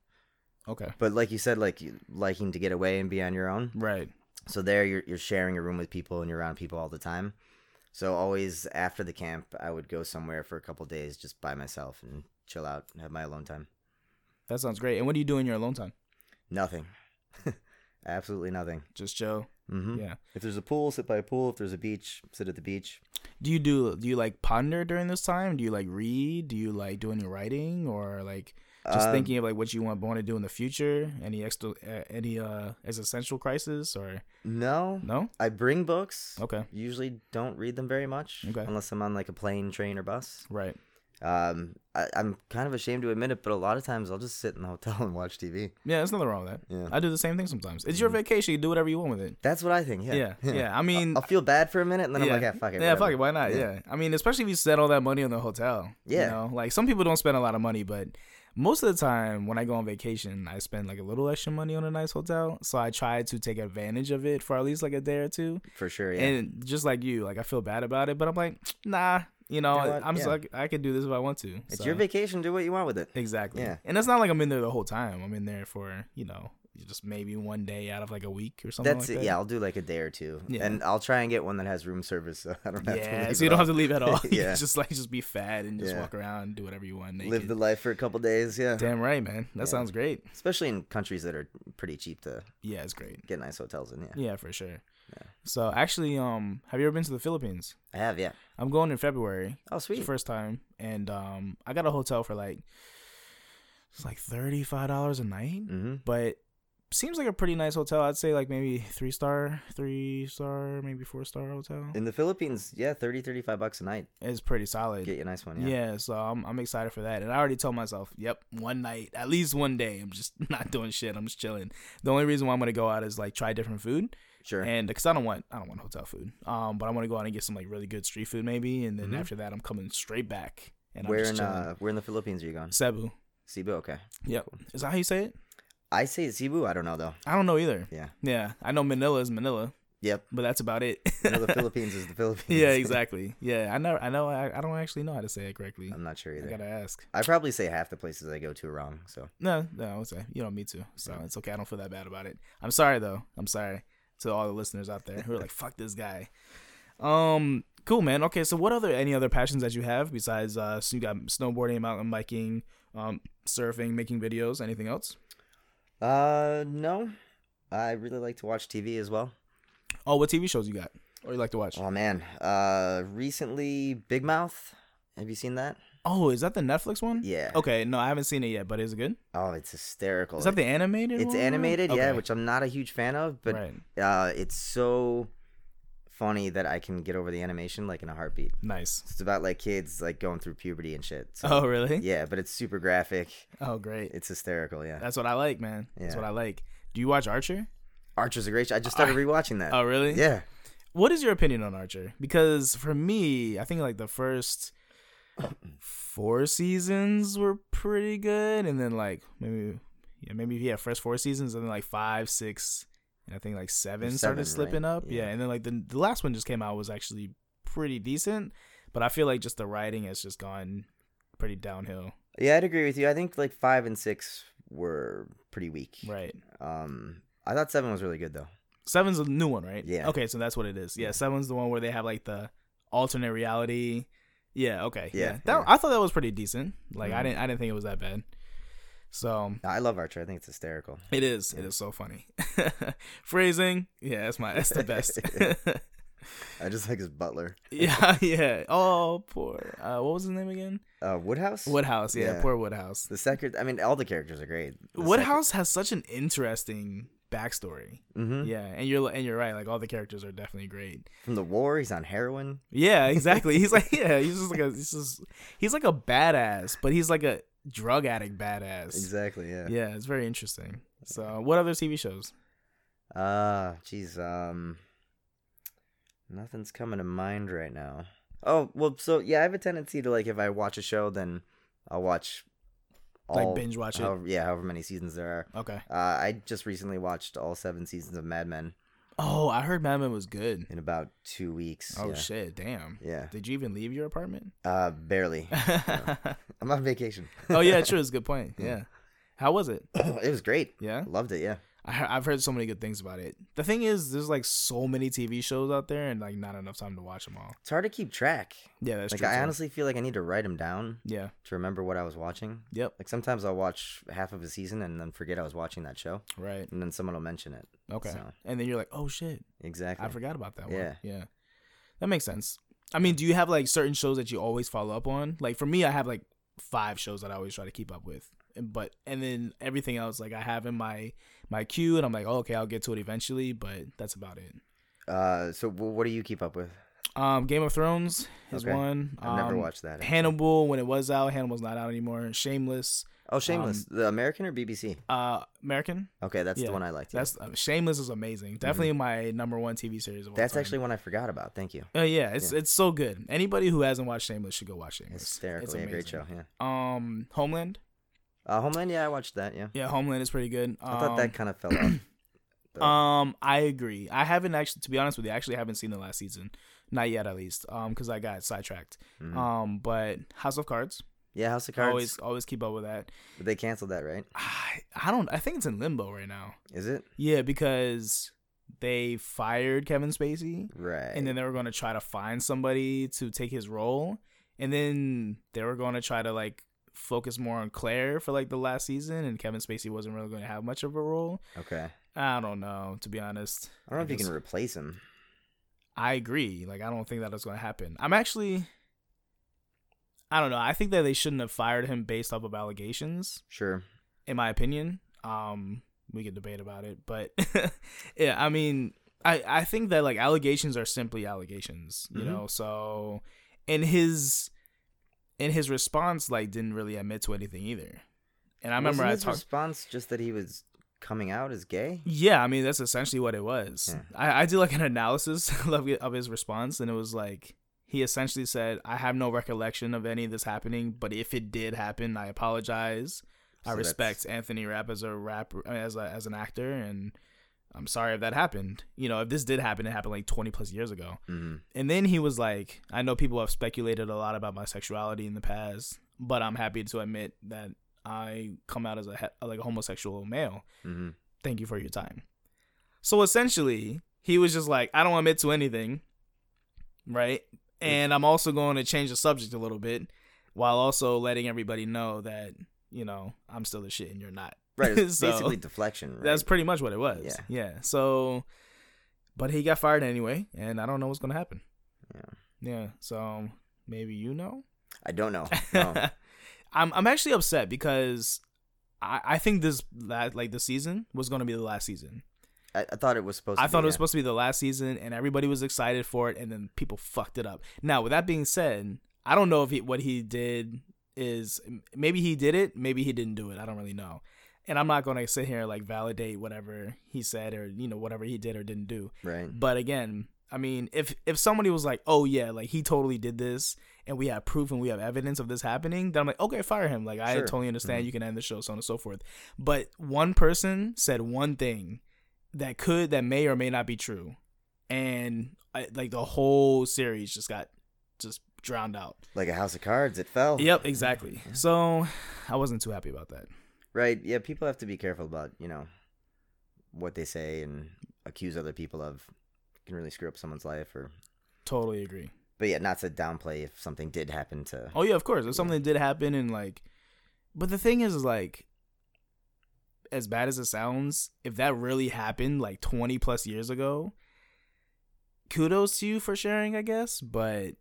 Speaker 1: Okay.
Speaker 2: But like you said, like you- liking to get away and be on your own.
Speaker 1: Right.
Speaker 2: So there, you're you're sharing a room with people and you're around people all the time. So always after the camp, I would go somewhere for a couple days just by myself and chill out and have my alone time.
Speaker 1: That sounds great. And what do you do in your alone time?
Speaker 2: Nothing, absolutely nothing.
Speaker 1: Just chill.
Speaker 2: hmm
Speaker 1: Yeah.
Speaker 2: If there's a pool, sit by a pool. If there's a beach, sit at the beach.
Speaker 1: Do you do do you like ponder during this time? Do you like read? Do you like do any writing or like just
Speaker 2: Um,
Speaker 1: thinking of like what you want want to do in the future? Any extra uh, any uh existential crisis or
Speaker 2: No,
Speaker 1: no?
Speaker 2: I bring books.
Speaker 1: Okay,
Speaker 2: Usually don't read them very much
Speaker 1: Okay.
Speaker 2: unless I'm on like a plane, train, or bus.
Speaker 1: right.
Speaker 2: Um, I, I'm kind of ashamed to admit it, but a lot of times I'll just sit in the hotel and watch TV.
Speaker 1: Yeah, there's nothing wrong with that.
Speaker 2: Yeah.
Speaker 1: I do the same thing sometimes. It's your vacation. You do whatever you want with it.
Speaker 2: That's what I think. Yeah.
Speaker 1: Yeah, yeah. I mean,
Speaker 2: I'll feel bad for a minute, and then
Speaker 1: yeah.
Speaker 2: I'm like, yeah, fuck it.
Speaker 1: yeah, fuck
Speaker 2: whatever."
Speaker 1: it. Why not? Yeah. I mean, especially if you spend all that money on the hotel.
Speaker 2: Yeah.
Speaker 1: You know, like some people don't spend a lot of money, but most of the time when I go on vacation, I spend like a little extra money on a nice hotel. So I try to take advantage of it for at least like a day or two.
Speaker 2: For sure. Yeah.
Speaker 1: And just like you, like I feel bad about it, but I'm like, nah, you know,
Speaker 2: You know what?
Speaker 1: I'm just
Speaker 2: Yeah.
Speaker 1: like I could do this if I want to.
Speaker 2: it's
Speaker 1: So-
Speaker 2: your vacation. Do what you want with it.
Speaker 1: Exactly.
Speaker 2: Yeah.
Speaker 1: And it's not like I'm in there the whole time. I'm in there for, you know, just maybe one day out of like a week or something
Speaker 2: That's
Speaker 1: like
Speaker 2: it.
Speaker 1: that.
Speaker 2: Yeah, I'll do like a day or two,
Speaker 1: Yeah.
Speaker 2: and I'll try and get one that has room service, so I don't have to.
Speaker 1: Yeah,
Speaker 2: leave
Speaker 1: so you
Speaker 2: at
Speaker 1: don't
Speaker 2: all.
Speaker 1: have to leave at all. You
Speaker 2: Yeah.
Speaker 1: can just like just be fat and just
Speaker 2: Yeah.
Speaker 1: walk around and do whatever you want. Naked.
Speaker 2: live the life for a couple days. Yeah.
Speaker 1: Damn right, man. That sounds great.
Speaker 2: Especially in countries that are pretty cheap to
Speaker 1: Yeah, it's great.
Speaker 2: get nice hotels in. Yeah.
Speaker 1: Yeah, for sure. So actually, um, have you ever been to the Philippines?
Speaker 2: I have. Yeah.
Speaker 1: I'm going in February.
Speaker 2: Oh,
Speaker 1: It's
Speaker 2: sweet.
Speaker 1: the first time, and um, I got a hotel for like it's like thirty five dollars a night,
Speaker 2: mm-hmm.
Speaker 1: but seems like a pretty nice hotel. I'd say like maybe three star, three star, maybe four star hotel.
Speaker 2: In the Philippines, yeah, 30, 35 bucks a night.
Speaker 1: It's pretty solid.
Speaker 2: Get you a nice one.
Speaker 1: Yeah.
Speaker 2: Yeah.
Speaker 1: so I'm I'm excited for that, and I already told myself, yep, one night, at least one day, I'm just not doing shit. I'm just chilling. The only reason why I'm gonna go out is like try different food,
Speaker 2: Sure.
Speaker 1: and because I don't want I don't want hotel food, um, but I want to go out and get some like really good street food maybe, and then
Speaker 2: Mhm.
Speaker 1: after that, I'm coming straight back and
Speaker 2: where
Speaker 1: I'm just
Speaker 2: in
Speaker 1: chilling.
Speaker 2: uh where in the Philippines are you going?
Speaker 1: Cebu.
Speaker 2: Cebu, okay.
Speaker 1: Yep, is that how you say it?
Speaker 2: I say Cebu, I don't know though.
Speaker 1: I don't know either.
Speaker 2: Yeah.
Speaker 1: Yeah, I know Manila is Manila,
Speaker 2: Yep.
Speaker 1: but that's about it.
Speaker 2: I know the Philippines is the Philippines.
Speaker 1: yeah, exactly. Yeah, I know. I know. I, I don't actually know how to say it correctly.
Speaker 2: I'm not sure
Speaker 1: I
Speaker 2: either.
Speaker 1: gotta ask.
Speaker 2: I probably say half the places I go to are wrong, so
Speaker 1: No, no, I would say you don't need to. So it's okay. I don't feel that bad about it. I'm sorry though. I'm sorry to all the listeners out there who are like, "Fuck this guy." Um, cool, man. Okay, so what other any other passions that you have besides uh, so you got snowboarding, mountain biking, um, surfing, making videos, anything else?
Speaker 2: uh no. I really like to watch TV as well.
Speaker 1: Oh, what TV shows you got or you like to watch?
Speaker 2: Oh man. Uh recently Big Mouth. Have you seen that?
Speaker 1: Oh, is that the Netflix one?
Speaker 2: Yeah.
Speaker 1: Okay, no, I haven't seen it yet, but is it good?
Speaker 2: Oh, it's hysterical.
Speaker 1: Is that the animated?
Speaker 2: it's
Speaker 1: one?
Speaker 2: animated, yeah,
Speaker 1: Okay,
Speaker 2: which I'm not a huge fan of, but
Speaker 1: right,
Speaker 2: uh, it's so funny that I can get over the animation like in a heartbeat.
Speaker 1: nice.
Speaker 2: It's about like kids like going through puberty and shit. So,
Speaker 1: Oh, really?
Speaker 2: yeah, but it's super graphic.
Speaker 1: Oh, great.
Speaker 2: It's hysterical. Yeah,
Speaker 1: That's what I like, man. That's
Speaker 2: Yeah.
Speaker 1: what I like. Do you watch Archer?
Speaker 2: Archer's a great. show. I just started rewatching that.
Speaker 1: Oh, really?
Speaker 2: Uh, yeah,
Speaker 1: What is your opinion on Archer? Because for me, I think like the first four seasons were pretty good, and then like maybe yeah, maybe yeah, first four seasons, and then like five, six, and I think like seven,
Speaker 2: Seven,
Speaker 1: started
Speaker 2: right?
Speaker 1: slipping up. Yeah.
Speaker 2: Yeah.
Speaker 1: and then like the the last one just came out was actually pretty decent, but I feel like just the writing has just gone pretty downhill.
Speaker 2: yeah, I'd agree with you. I think like five and six were pretty weak.
Speaker 1: Right.
Speaker 2: Um, I thought seven was really good though.
Speaker 1: Seven's a new one, right?
Speaker 2: Yeah.
Speaker 1: Okay, so that's what it is. Yeah,
Speaker 2: Yeah.
Speaker 1: Seven's the one where they have like the alternate reality. Yeah. Okay. Yeah.
Speaker 2: Yeah,
Speaker 1: That
Speaker 2: yeah.
Speaker 1: I thought that was pretty decent. Like I
Speaker 2: Mhm.
Speaker 1: didn't I didn't think it was that bad. So
Speaker 2: No, I love Archer. I think it's hysterical.
Speaker 1: it is. It
Speaker 2: Yeah.
Speaker 1: is so funny. Phrasing. Yeah, that's my. That's the best.
Speaker 2: I just like his butler.
Speaker 1: yeah. Yeah. Oh, poor. Uh, what was his name again?
Speaker 2: Uh, Woodhouse.
Speaker 1: Woodhouse. Yeah.
Speaker 2: Yeah.
Speaker 1: Poor Woodhouse.
Speaker 2: The second. I mean, all the characters are great. The
Speaker 1: Woodhouse has such an interesting backstory.
Speaker 2: hmm
Speaker 1: Yeah, and you're and you're right. Like all the characters are definitely great.
Speaker 2: From the war, he's on heroin.
Speaker 1: Yeah, exactly. He's like, yeah, he's just like a, he's just, he's like a badass, but he's like a drug addict badass.
Speaker 2: Exactly. Yeah.
Speaker 1: Yeah, it's very interesting. So, what other TV shows?
Speaker 2: Ah, jeez. Um, nothing's coming to mind right now. Oh well, so yeah, I have a tendency to like if I watch a show, then I'll watch all
Speaker 1: like binge watch it.
Speaker 2: however, yeah, however many seasons there are.
Speaker 1: okay.
Speaker 2: Uh, I just recently watched all seven seasons of Mad Men
Speaker 1: Oh, I heard Mad Men was good.
Speaker 2: in about two weeks.
Speaker 1: Oh
Speaker 2: yeah.
Speaker 1: shit, damn.
Speaker 2: Yeah,
Speaker 1: Did you even leave your apartment?
Speaker 2: uh, barely. I'm on vacation.
Speaker 1: oh yeah, true. It's a good point.
Speaker 2: Yeah.
Speaker 1: Yeah. How was it?
Speaker 2: it was great.
Speaker 1: Yeah.
Speaker 2: Loved it. Yeah,
Speaker 1: I, he- I've heard so many good things about it. The thing is, there's like so many TV shows out there, and like not enough time to watch them all.
Speaker 2: it's hard to keep track.
Speaker 1: Yeah, that's
Speaker 2: like
Speaker 1: true.
Speaker 2: I
Speaker 1: too.
Speaker 2: honestly feel like I need to write them down
Speaker 1: yeah.
Speaker 2: to remember what I was watching.
Speaker 1: Yep.
Speaker 2: Like sometimes I'll watch half of a season and then forget I was watching that show,
Speaker 1: Right.
Speaker 2: and then someone will mention it.
Speaker 1: Okay.
Speaker 2: So,
Speaker 1: And then you're like, oh shit.
Speaker 2: exactly.
Speaker 1: I forgot about that one. Yeah.
Speaker 2: Yeah.
Speaker 1: Yeah. That makes sense. I mean, do you have like certain shows that you always follow up on? Like for me, I have like five shows that I always try to keep up with. And- But and then everything else like I have in my my queue and I'm like, oh, "Okay, I'll get to it eventually," but that's about it.
Speaker 2: Uh, so w- what do you keep up with?
Speaker 1: Um Game of Thrones is
Speaker 2: Okay.
Speaker 1: one.
Speaker 2: I've never
Speaker 1: Um,
Speaker 2: watched that.
Speaker 1: Hannibal when it was out, Hannibal's not out anymore. Shameless,
Speaker 2: oh, Shameless, the American or BBC?
Speaker 1: uh American.
Speaker 2: Okay, that's
Speaker 1: um, yeah,
Speaker 2: the one I liked. yeah. Mm-hmm.
Speaker 1: That's uh, Shameless is amazing. Definitely my number 1 TV series of all
Speaker 2: that's
Speaker 1: time.
Speaker 2: actually one I forgot about. Thank you.
Speaker 1: Uh, yeah, it's it's so good. Anybody who hasn't watched Shameless should go watch Shameless.
Speaker 2: It's hysterically a great show. Yeah.
Speaker 1: Um, Homeland.
Speaker 2: Uh, Homeland. Yeah, I watched that. Yeah.
Speaker 1: Yeah, Homeland is pretty good. Um,
Speaker 2: I thought that kind of fell off. though.
Speaker 1: um, I agree. I haven't actually, to be honest with you, I actually haven't seen the last season, not yet at least. Um, because I got sidetracked.
Speaker 2: Mhm.
Speaker 1: Um, but House of Cards,
Speaker 2: yeah, House of Cards.
Speaker 1: always always keep up with that.
Speaker 2: But they canceled that, right?
Speaker 1: I, I don't. I think it's in limbo right now.
Speaker 2: Is it
Speaker 1: Yeah, because they fired Kevin Spacey.
Speaker 2: right?
Speaker 1: and then they were going to try to find somebody to take his role and then they were going to try to like focus more on claire for like the last season and kevin spacey wasn't really going to have much of a role
Speaker 2: okay. I
Speaker 1: i don't know to be honest
Speaker 2: don't know if you
Speaker 1: guess-
Speaker 2: can replace him.
Speaker 1: i agree like i don't think that is going to happen i'm actually i don't know i think that they shouldn't have fired him based off of allegations
Speaker 2: Sure.
Speaker 1: in my opinion um we can debate about it, but yeah, I mean, I I think that like allegations are simply allegations, you
Speaker 2: Mhm.
Speaker 1: know. So, and his and his response like didn't really admit to anything either. And I remember
Speaker 2: Wasn't
Speaker 1: I
Speaker 2: his
Speaker 1: talked.
Speaker 2: response just that he was coming out as gay.
Speaker 1: Yeah, I mean that's essentially what it was.
Speaker 2: Yeah.
Speaker 1: I, I did like an analysis of of his response, and it was like he essentially said, "I have no recollection of any of this happening, but if it did happen, I apologize. I
Speaker 2: So that's-
Speaker 1: respect Anthony Rapp as a rapper, I mean, as a, as an actor, and I'm sorry if that happened. You know, if this did happen, it happened like 20 plus years ago.
Speaker 2: Mhm.
Speaker 1: And then he was like, I know people have speculated a lot about my sexuality in the past, but I'm happy to admit that I come out as a he- like a homosexual male."
Speaker 2: Mhm.
Speaker 1: thank you for your time. So essentially, he was just like, I don't admit to anything, right? And I'm also going to change the subject a little bit while also letting everybody know that, you know, I'm still the shit and you're not.
Speaker 2: Right. It's
Speaker 1: So,
Speaker 2: basically deflection. Right?
Speaker 1: That's pretty much what it was.
Speaker 2: Yeah.
Speaker 1: Yeah. So, but he got fired anyway, and I don't know what's going to happen.
Speaker 2: Yeah.
Speaker 1: Yeah. So um, maybe you know?
Speaker 2: I don't know. No.
Speaker 1: I'm I'm actually upset because I, I think this la like the season was going to be the last season.
Speaker 2: I, I thought it was supposed. to
Speaker 1: I
Speaker 2: be,
Speaker 1: thought it
Speaker 2: yeah.
Speaker 1: was supposed to be the last season, and everybody was excited for it, and then people fucked it up. Now, with that being said, I don't know if he, what he did is maybe he did it, maybe he didn't do it. I don't really know, and I'm not gonna sit here and, like validate whatever he said or you know whatever he did or didn't do.
Speaker 2: Right.
Speaker 1: But again, I mean, if if somebody was like, "Oh yeah, like he totally did this," and we have proof and we have evidence of this happening, then I'm like, "Okay, fire him." Like I
Speaker 2: Sure.
Speaker 1: totally understand. You can end the show, so on and so forth. But one person said one thing that could, that may or may not be true, and I, like the whole series just got just drowned out.
Speaker 2: Like a house of cards, it fell.
Speaker 1: Yep, exactly. So I wasn't too happy about that.
Speaker 2: Right. Yeah. People have to be careful about you know what they say and accuse other people of can really screw up someone's life or.
Speaker 1: Totally agree.
Speaker 2: But yeah, not to downplay if something did happen to.
Speaker 1: Oh yeah, of course. If something did happen and like but the thing is is like as bad as it sounds, if that really happened like 20 plus years ago, kudos to you for sharing, I guess, but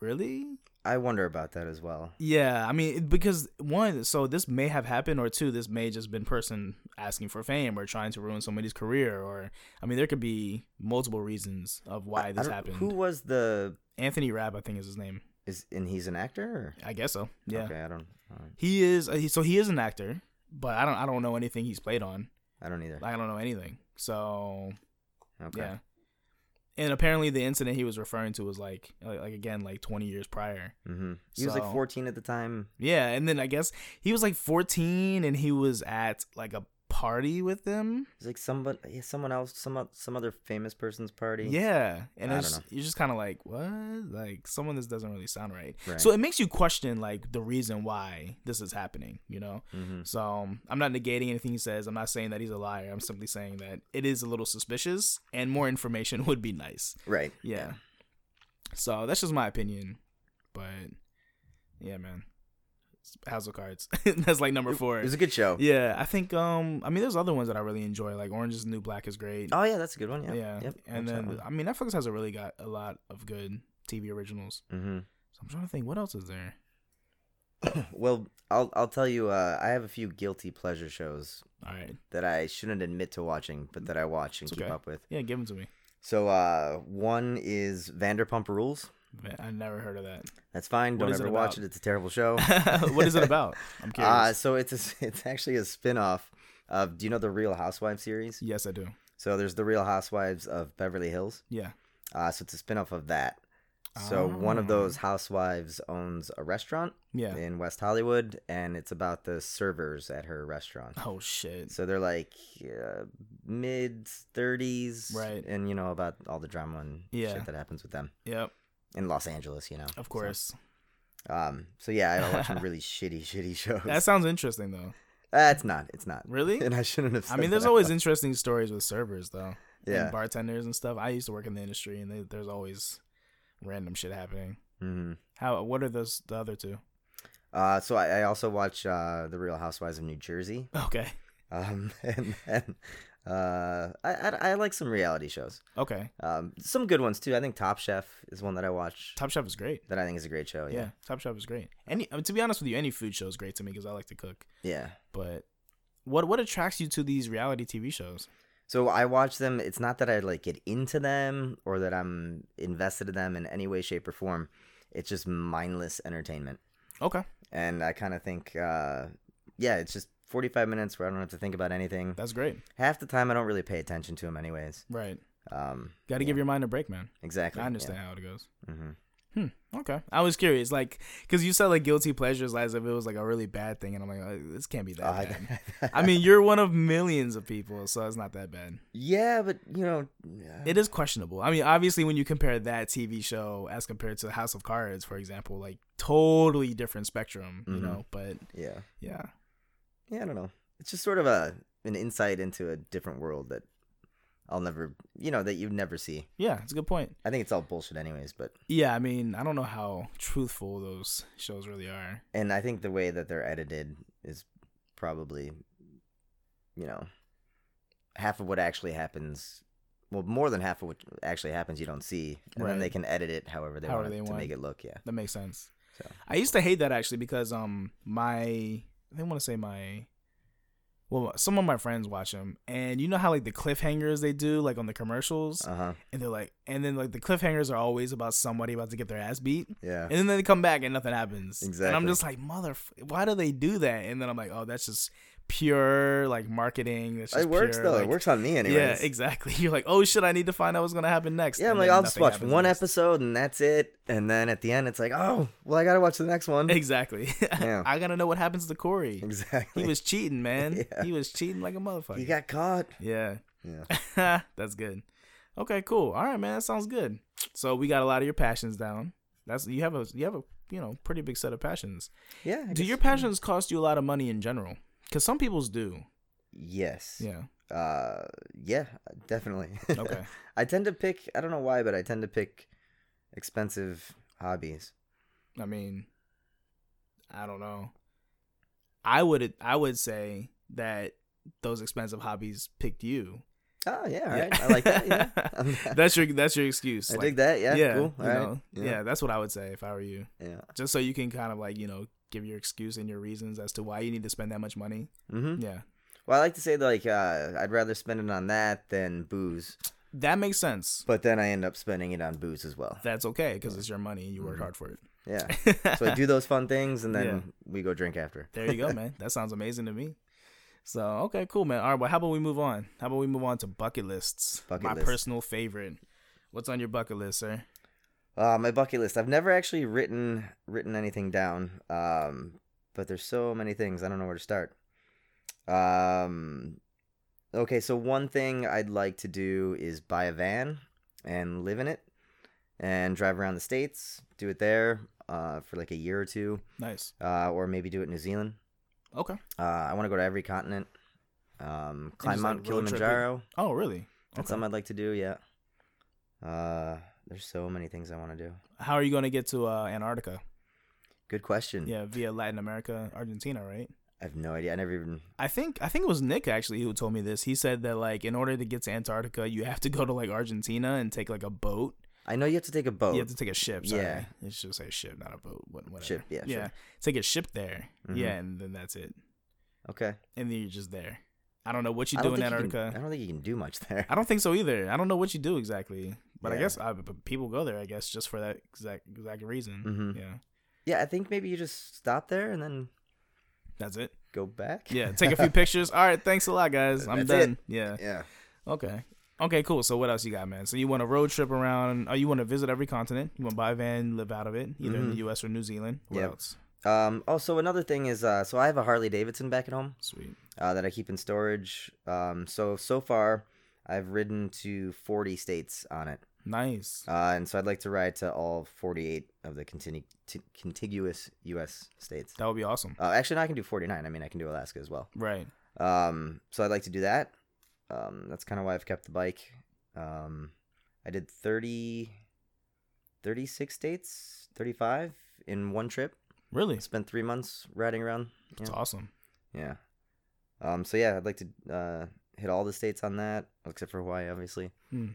Speaker 1: really?
Speaker 2: I wonder about that as well.
Speaker 1: Yeah, I mean it- because one, so this may have happened or two, this may just been person asking for fame or trying to ruin somebody's career or I mean there could be multiple reasons of
Speaker 2: I-
Speaker 1: why
Speaker 2: I
Speaker 1: this
Speaker 2: don't-
Speaker 1: happened.
Speaker 2: Who was the
Speaker 1: Anthony Rabb, I think is his name.
Speaker 2: is and he's an actor? Or?
Speaker 1: I guess so. Yeah.
Speaker 2: Okay, I don't. all right.
Speaker 1: He is uh, he- so he is an actor, but I don't I don't know anything he's played on.
Speaker 2: I don't either.
Speaker 1: I don't know anything. So
Speaker 2: Okay.
Speaker 1: yeah. And apparently the incident he was referring to was like like like, again like 20 years prior.
Speaker 2: hmm He was like
Speaker 1: So-
Speaker 2: 14 at the time.
Speaker 1: Yeah, and then I guess he was like 14 and he was at like a party with them.
Speaker 2: He's like somebody, yeah, someone else, some o- some other famous person's party.
Speaker 1: Yeah, and
Speaker 2: I
Speaker 1: it's,
Speaker 2: don't know.
Speaker 1: you're just kind of like, what? Like some of this doesn't really sound right.
Speaker 2: Right.
Speaker 1: So it makes you question like the reason why this is happening, you know?
Speaker 2: hmm
Speaker 1: So um, I'm not negating anything he says. I'm not saying that he's a liar. I'm simply saying that it is a little suspicious, and more information would be nice.
Speaker 2: Right.
Speaker 1: Yeah. So that's just my opinion, but yeah, man, House of Cards. that's like number four.
Speaker 2: It was a good show.
Speaker 1: Yeah, I think. Um, I mean, there's other ones that I really enjoy, like Orange Is the New Black is great.
Speaker 2: Oh yeah, that's a good one. Yeah.
Speaker 1: yeah.
Speaker 2: Yep.
Speaker 1: And then I mean, Netflix has a really got a lot of good TV originals.
Speaker 2: hmm
Speaker 1: So I'm trying to think, what else is there?
Speaker 2: well, I'll I'll tell you. Uh, I have a few guilty pleasure shows
Speaker 1: All right,
Speaker 2: that I shouldn't admit to watching, but that I watch and
Speaker 1: It's
Speaker 2: keep
Speaker 1: okay.
Speaker 2: up with.
Speaker 1: yeah, give them to me.
Speaker 2: So uh, one is Vanderpump Rules.
Speaker 1: I never heard of that.
Speaker 2: That's fine.
Speaker 1: What
Speaker 2: Don't
Speaker 1: is it
Speaker 2: ever watch
Speaker 1: about?
Speaker 2: it. It's a terrible show.
Speaker 1: what is it about? I'm curious.
Speaker 2: uh, so it's a s it's actually a spin off of. Do you know the Real Housewives series?
Speaker 1: yes, I do.
Speaker 2: So there's the Real Housewives of Beverly Hills.
Speaker 1: Yeah.
Speaker 2: Uh, so it's a spin off of that. So one of
Speaker 1: Oh.
Speaker 2: those housewives owns a restaurant
Speaker 1: Yeah.
Speaker 2: in West Hollywood, and it's about the servers at her restaurant.
Speaker 1: Oh shit.
Speaker 2: So they're like uh, mid thirties,
Speaker 1: Right.
Speaker 2: And you know about all the drama and
Speaker 1: Yeah.
Speaker 2: shit that happens with them
Speaker 1: Yep.
Speaker 2: in Los Angeles, you know.
Speaker 1: Of course.
Speaker 2: So, um. So yeah, I watch some really shitty, shitty shows.
Speaker 1: That sounds interesting though.
Speaker 2: Uh, it's not. It's not.
Speaker 1: Really?
Speaker 2: And I shouldn't have. Said
Speaker 1: I mean, there's
Speaker 2: that.
Speaker 1: always interesting stories with servers though.
Speaker 2: yeah.
Speaker 1: And bartenders and stuff. I used to work in the industry, and they, there's always random shit happening.
Speaker 2: hmm
Speaker 1: How? What are those? The other two?
Speaker 2: Uh. So I, I also watch uh the Real Housewives of New Jersey.
Speaker 1: Okay.
Speaker 2: Um. And then, uh, I, I I like some reality shows.
Speaker 1: Okay.
Speaker 2: Um, some good ones too. I think Top Chef is one that I watch
Speaker 1: Top Chef is great.
Speaker 2: that I think is a great show.
Speaker 1: Oh, Yeah.
Speaker 2: Yeah,
Speaker 1: Top Chef is great. Any, I mean, to be honest with you, any food show is great to me because I like to cook.
Speaker 2: yeah.
Speaker 1: But What what attracts you to these reality TV shows?
Speaker 2: So I watch them. It's not that I like get into them or that I'm invested in them in any way, shape, or form. It's just mindless entertainment.
Speaker 1: Okay,
Speaker 2: And I kind of think, uh, yeah, it's just 45 minutes where I don't have to think about anything.
Speaker 1: that's great.
Speaker 2: Half the time, I don't really pay attention to them, anyways.
Speaker 1: Right.
Speaker 2: Um,
Speaker 1: Got to give your mind a break, man.
Speaker 2: exactly.
Speaker 1: I understand how it goes.
Speaker 2: hmm
Speaker 1: Hmm. Okay. I was curious, like, because you said like guilty pleasures as if it was like a really bad thing, and I'm like, oh, this can't be that bad. I mean, you're one of millions of people, so it's not that bad.
Speaker 2: yeah, but you know, yeah.
Speaker 1: It is questionable. I mean, obviously, when you compare that TV show as compared to House of Cards, for example, like totally different spectrum, you
Speaker 2: Mhm.
Speaker 1: know. But
Speaker 2: yeah,
Speaker 1: yeah,
Speaker 2: yeah. I don't know. It's just sort of a an insight into a different world that I'll never, you know, that you never see.
Speaker 1: yeah, it's a good point.
Speaker 2: I think it's all bullshit, anyways. But
Speaker 1: Yeah, I mean, I don't know how truthful those shows really are.
Speaker 2: and I think the way that they're edited is probably, you know, half of what actually happens. Well, more than half of what actually happens, you don't see, and
Speaker 1: Right.
Speaker 2: then they can edit it however they
Speaker 1: However
Speaker 2: want
Speaker 1: they
Speaker 2: it to
Speaker 1: want.
Speaker 2: make it look. Yeah,
Speaker 1: That makes sense.
Speaker 2: So.
Speaker 1: I used to hate that actually because um my I want to say my well some of my friends watch them and you know how like the cliffhangers they do like on the commercials
Speaker 2: uh huh,
Speaker 1: and they're like and then like the cliffhangers are always about somebody about to get their ass beat
Speaker 2: yeah,
Speaker 1: and then they come back and nothing happens and I'm
Speaker 2: Exactly.
Speaker 1: just like mother why do they do that and then I'm like oh that's just pure like marketing that's just
Speaker 2: it works
Speaker 1: pure,
Speaker 2: though. it
Speaker 1: like-
Speaker 2: works on me, anyways.
Speaker 1: yeah exactly you're like oh shit I need to find out what's gonna happen next
Speaker 2: Yeah, I'm
Speaker 1: And
Speaker 2: like,
Speaker 1: then
Speaker 2: I'll just
Speaker 1: nothing
Speaker 2: watch
Speaker 1: happens
Speaker 2: one
Speaker 1: next.
Speaker 2: episode and that's it. And then at the end, it's like, oh, well, I gotta watch the next one.
Speaker 1: Exactly.
Speaker 2: Yeah.
Speaker 1: I gotta know what happens to Corey.
Speaker 2: Exactly.
Speaker 1: He was cheating, man.
Speaker 2: Yeah.
Speaker 1: He was cheating like a motherfucker.
Speaker 2: He got caught.
Speaker 1: yeah.
Speaker 2: Yeah.
Speaker 1: That's good. Okay, cool. All right, man. That sounds good. So we got a lot of your passions down. That's you have a you have a you know pretty big set of passions.
Speaker 2: Yeah. I
Speaker 1: Do
Speaker 2: guess-
Speaker 1: your passions cost you a lot of money in general? Because some people's do.
Speaker 2: Yes.
Speaker 1: Yeah.
Speaker 2: Uh, yeah, definitely.
Speaker 1: Okay.
Speaker 2: I tend to pick, I don't know why, but I tend to pick expensive hobbies.
Speaker 1: I mean, I don't know. I would I would say that those expensive hobbies picked you.
Speaker 2: Oh, yeah. All
Speaker 1: Yeah.
Speaker 2: right. I like that. Yeah. Um,
Speaker 1: that's your that's your excuse.
Speaker 2: I
Speaker 1: Like,
Speaker 2: dig that. Yeah. cool.
Speaker 1: you
Speaker 2: All right.
Speaker 1: know, yeah.
Speaker 2: Yeah.
Speaker 1: that's what I would say if I were you.
Speaker 2: Yeah.
Speaker 1: Just so you can kind of like, you know, give your excuse and your reasons as to why you need to spend that much money.
Speaker 2: hmm
Speaker 1: Yeah.
Speaker 2: Well, I like to say, like, uh, I'd rather spend it on that than booze,
Speaker 1: That makes sense.
Speaker 2: but then I end up spending it on booze as well.
Speaker 1: That's okay because it's your money and you work
Speaker 2: Mhm.
Speaker 1: hard for it.
Speaker 2: Yeah. so I do those fun things, and then
Speaker 1: Yeah.
Speaker 2: we go drink after.
Speaker 1: there you go, man. That sounds amazing to me. So, okay, cool, man. All right, well, how about we move on? How about we move on to bucket lists?
Speaker 2: Bucket
Speaker 1: My
Speaker 2: list.
Speaker 1: personal favorite. What's on your bucket list, sir?
Speaker 2: Uh, my bucket list. I've never actually written written anything down. Um, but there's so many things. I don't know where to start. Um, okay, so one thing I'd like to do is buy a van and live in it, and drive around the states. Do it there uh, for like a year or two,
Speaker 1: Nice.
Speaker 2: uh, or maybe do it in New Zealand.
Speaker 1: Okay.
Speaker 2: Uh, I want to go to every continent. Um, climb
Speaker 1: just, like,
Speaker 2: Mount
Speaker 1: road tripping.
Speaker 2: Kilimanjaro.
Speaker 1: Oh, really?
Speaker 2: That's something I'd like to do. Yeah. Uh, there's so many things I want to do.
Speaker 1: How are you going to get to uh, Antarctica?
Speaker 2: Good question.
Speaker 1: Yeah, via Latin America, Argentina, right?
Speaker 2: I have no idea. I never even.
Speaker 1: I think I think it was Nick actually who told me this. He said that like in order to get to Antarctica, you have to go to like Argentina and take like a boat.
Speaker 2: I know you have to take a boat.
Speaker 1: You have to take a ship. Sorry.
Speaker 2: Yeah.
Speaker 1: it should say ship, not a boat. what- Whatever.
Speaker 2: Ship, yeah,
Speaker 1: yeah.
Speaker 2: ship.
Speaker 1: Take a ship there.
Speaker 2: Mhm.
Speaker 1: Yeah, and then that's it.
Speaker 2: Okay.
Speaker 1: And then you're just there. I don't know what you
Speaker 2: I
Speaker 1: do
Speaker 2: don't
Speaker 1: in
Speaker 2: think you can-
Speaker 1: Antarctica.
Speaker 2: I don't think you can do much there.
Speaker 1: I don't think so either. I don't know what you do exactly, but I
Speaker 2: Yeah.
Speaker 1: guess I, but people go there. I guess just for that exact exact reason.
Speaker 2: Mhm.
Speaker 1: Yeah,
Speaker 2: Yeah, I think maybe you just stop there and then
Speaker 1: that's it.
Speaker 2: go back.
Speaker 1: Yeah, take a few pictures. All right, thanks a lot, guys. I'm
Speaker 2: That's
Speaker 1: done.
Speaker 2: it.
Speaker 1: Yeah.
Speaker 2: yeah.
Speaker 1: Okay. Okay, cool. So what else you got, man? So you want a road trip around? Or you want to visit every continent? You want to buy a van, live out of it, either in the U.S. or New Zealand? What
Speaker 2: Mm-hmm. Yep.
Speaker 1: else?
Speaker 2: Um. Oh, so another thing is, uh, so I have a Harley Davidson back at home
Speaker 1: Sweet.
Speaker 2: uh, that I keep in storage. Um. So so far, I've ridden to 40 states on it.
Speaker 1: Nice.
Speaker 2: Uh, and so I'd like to ride to all 48 of the conti- t- contiguous U.S. states.
Speaker 1: That would be awesome.
Speaker 2: Uh, actually, no, I can do 49. I mean, I can do Alaska as well.
Speaker 1: Right.
Speaker 2: Um, so I'd like to do that. Um, that's kind of why I've kept the bike. Um, I did 30, 36 states, 35 in one trip.
Speaker 1: Really?
Speaker 2: I spent three months riding around.
Speaker 1: It's
Speaker 2: Yeah.
Speaker 1: awesome.
Speaker 2: Yeah. Um, so yeah, I'd like to uh, hit all the states on that, except for Hawaii, obviously.
Speaker 1: Hmm.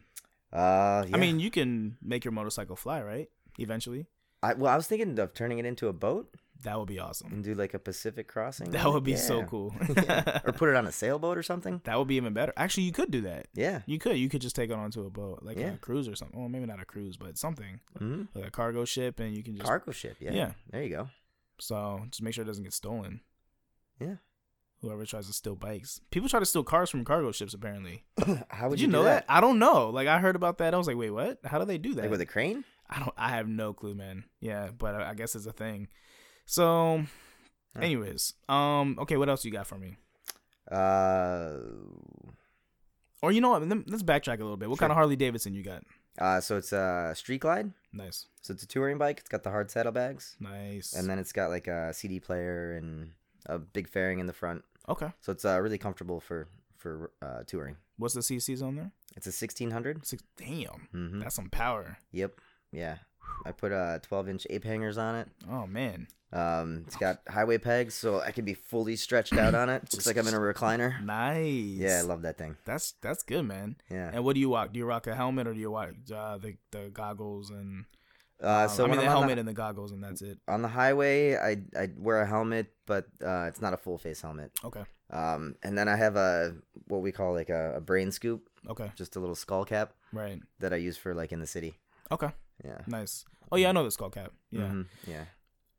Speaker 2: Uh, yeah.
Speaker 1: I mean, you can make your motorcycle fly, right? Eventually.
Speaker 2: I, well, I was thinking of turning it into a boat.
Speaker 1: That would be awesome.
Speaker 2: and do like a Pacific crossing.
Speaker 1: That
Speaker 2: on it.
Speaker 1: would be so
Speaker 2: Mm, Yeah.
Speaker 1: cool.
Speaker 2: Yeah. Or put it on a sailboat or something.
Speaker 1: that would be even better. Actually, you could do that.
Speaker 2: Yeah.
Speaker 1: You could. You could just take it onto a boat, like
Speaker 2: Yeah.
Speaker 1: a cruise or something. Well, maybe not a cruise, but something
Speaker 2: hmm
Speaker 1: like a cargo ship, and you can just
Speaker 2: Cargo ship. Yeah.
Speaker 1: yeah.
Speaker 2: There you go.
Speaker 1: So just make sure it doesn't get stolen.
Speaker 2: Yeah.
Speaker 1: Whoever tries to steal bikes, people try to steal cars from cargo ships. Apparently,
Speaker 2: How would
Speaker 1: did you,
Speaker 2: do
Speaker 1: know that? I don't know. Like I heard about that. I was like, wait, what? How do they do that?
Speaker 2: Like with a crane?
Speaker 1: I don't. I have no clue, man. Yeah, but I, I guess it's a thing. So,
Speaker 2: Huh.
Speaker 1: anyways, um, okay, what else you got for me?
Speaker 2: Uh,
Speaker 1: Or you know what? let- Let's backtrack a little bit. What kind
Speaker 2: Sure.
Speaker 1: of Harley Davidson you got?
Speaker 2: uh, so it's a street glide.
Speaker 1: Nice,
Speaker 2: So it's a touring bike. It's got the hard saddlebags,
Speaker 1: nice.
Speaker 2: and then it's got like a CD player and a big fairing in the front.
Speaker 1: okay,
Speaker 2: So it's uh, really comfortable for for uh, touring.
Speaker 1: what's the CCs on there?
Speaker 2: It's a sixteen hundred.
Speaker 1: Six. Damn,
Speaker 2: Mm-hmm.
Speaker 1: that's some power.
Speaker 2: Yep. Yeah. I put uh twelve inch ape hangers on it.
Speaker 1: Oh man,
Speaker 2: Um, it's got highway pegs, so I can be fully stretched out on it. Looks like I'm in a recliner.
Speaker 1: nice.
Speaker 2: Yeah, I love that thing.
Speaker 1: that's that's good, man.
Speaker 2: Yeah.
Speaker 1: And what do you rock? Do you rock a helmet or do you rock uh, the the goggles and?
Speaker 2: Uh,
Speaker 1: um,
Speaker 2: so
Speaker 1: I mean
Speaker 2: when
Speaker 1: the
Speaker 2: I'm on
Speaker 1: helmet
Speaker 2: the,
Speaker 1: and the goggles and that's it.
Speaker 2: on the highway, I I wear a helmet, but uh, it's not a full face helmet.
Speaker 1: Okay,
Speaker 2: Um, and then I have a what we call like a, a brain scoop,
Speaker 1: okay,
Speaker 2: just a little skull cap
Speaker 1: right,
Speaker 2: that I use for like in the city.
Speaker 1: okay,
Speaker 2: Yeah.
Speaker 1: nice. Oh
Speaker 2: Mm-hmm.
Speaker 1: yeah, I know the skull cap. Yeah.
Speaker 2: Mhm. Yeah.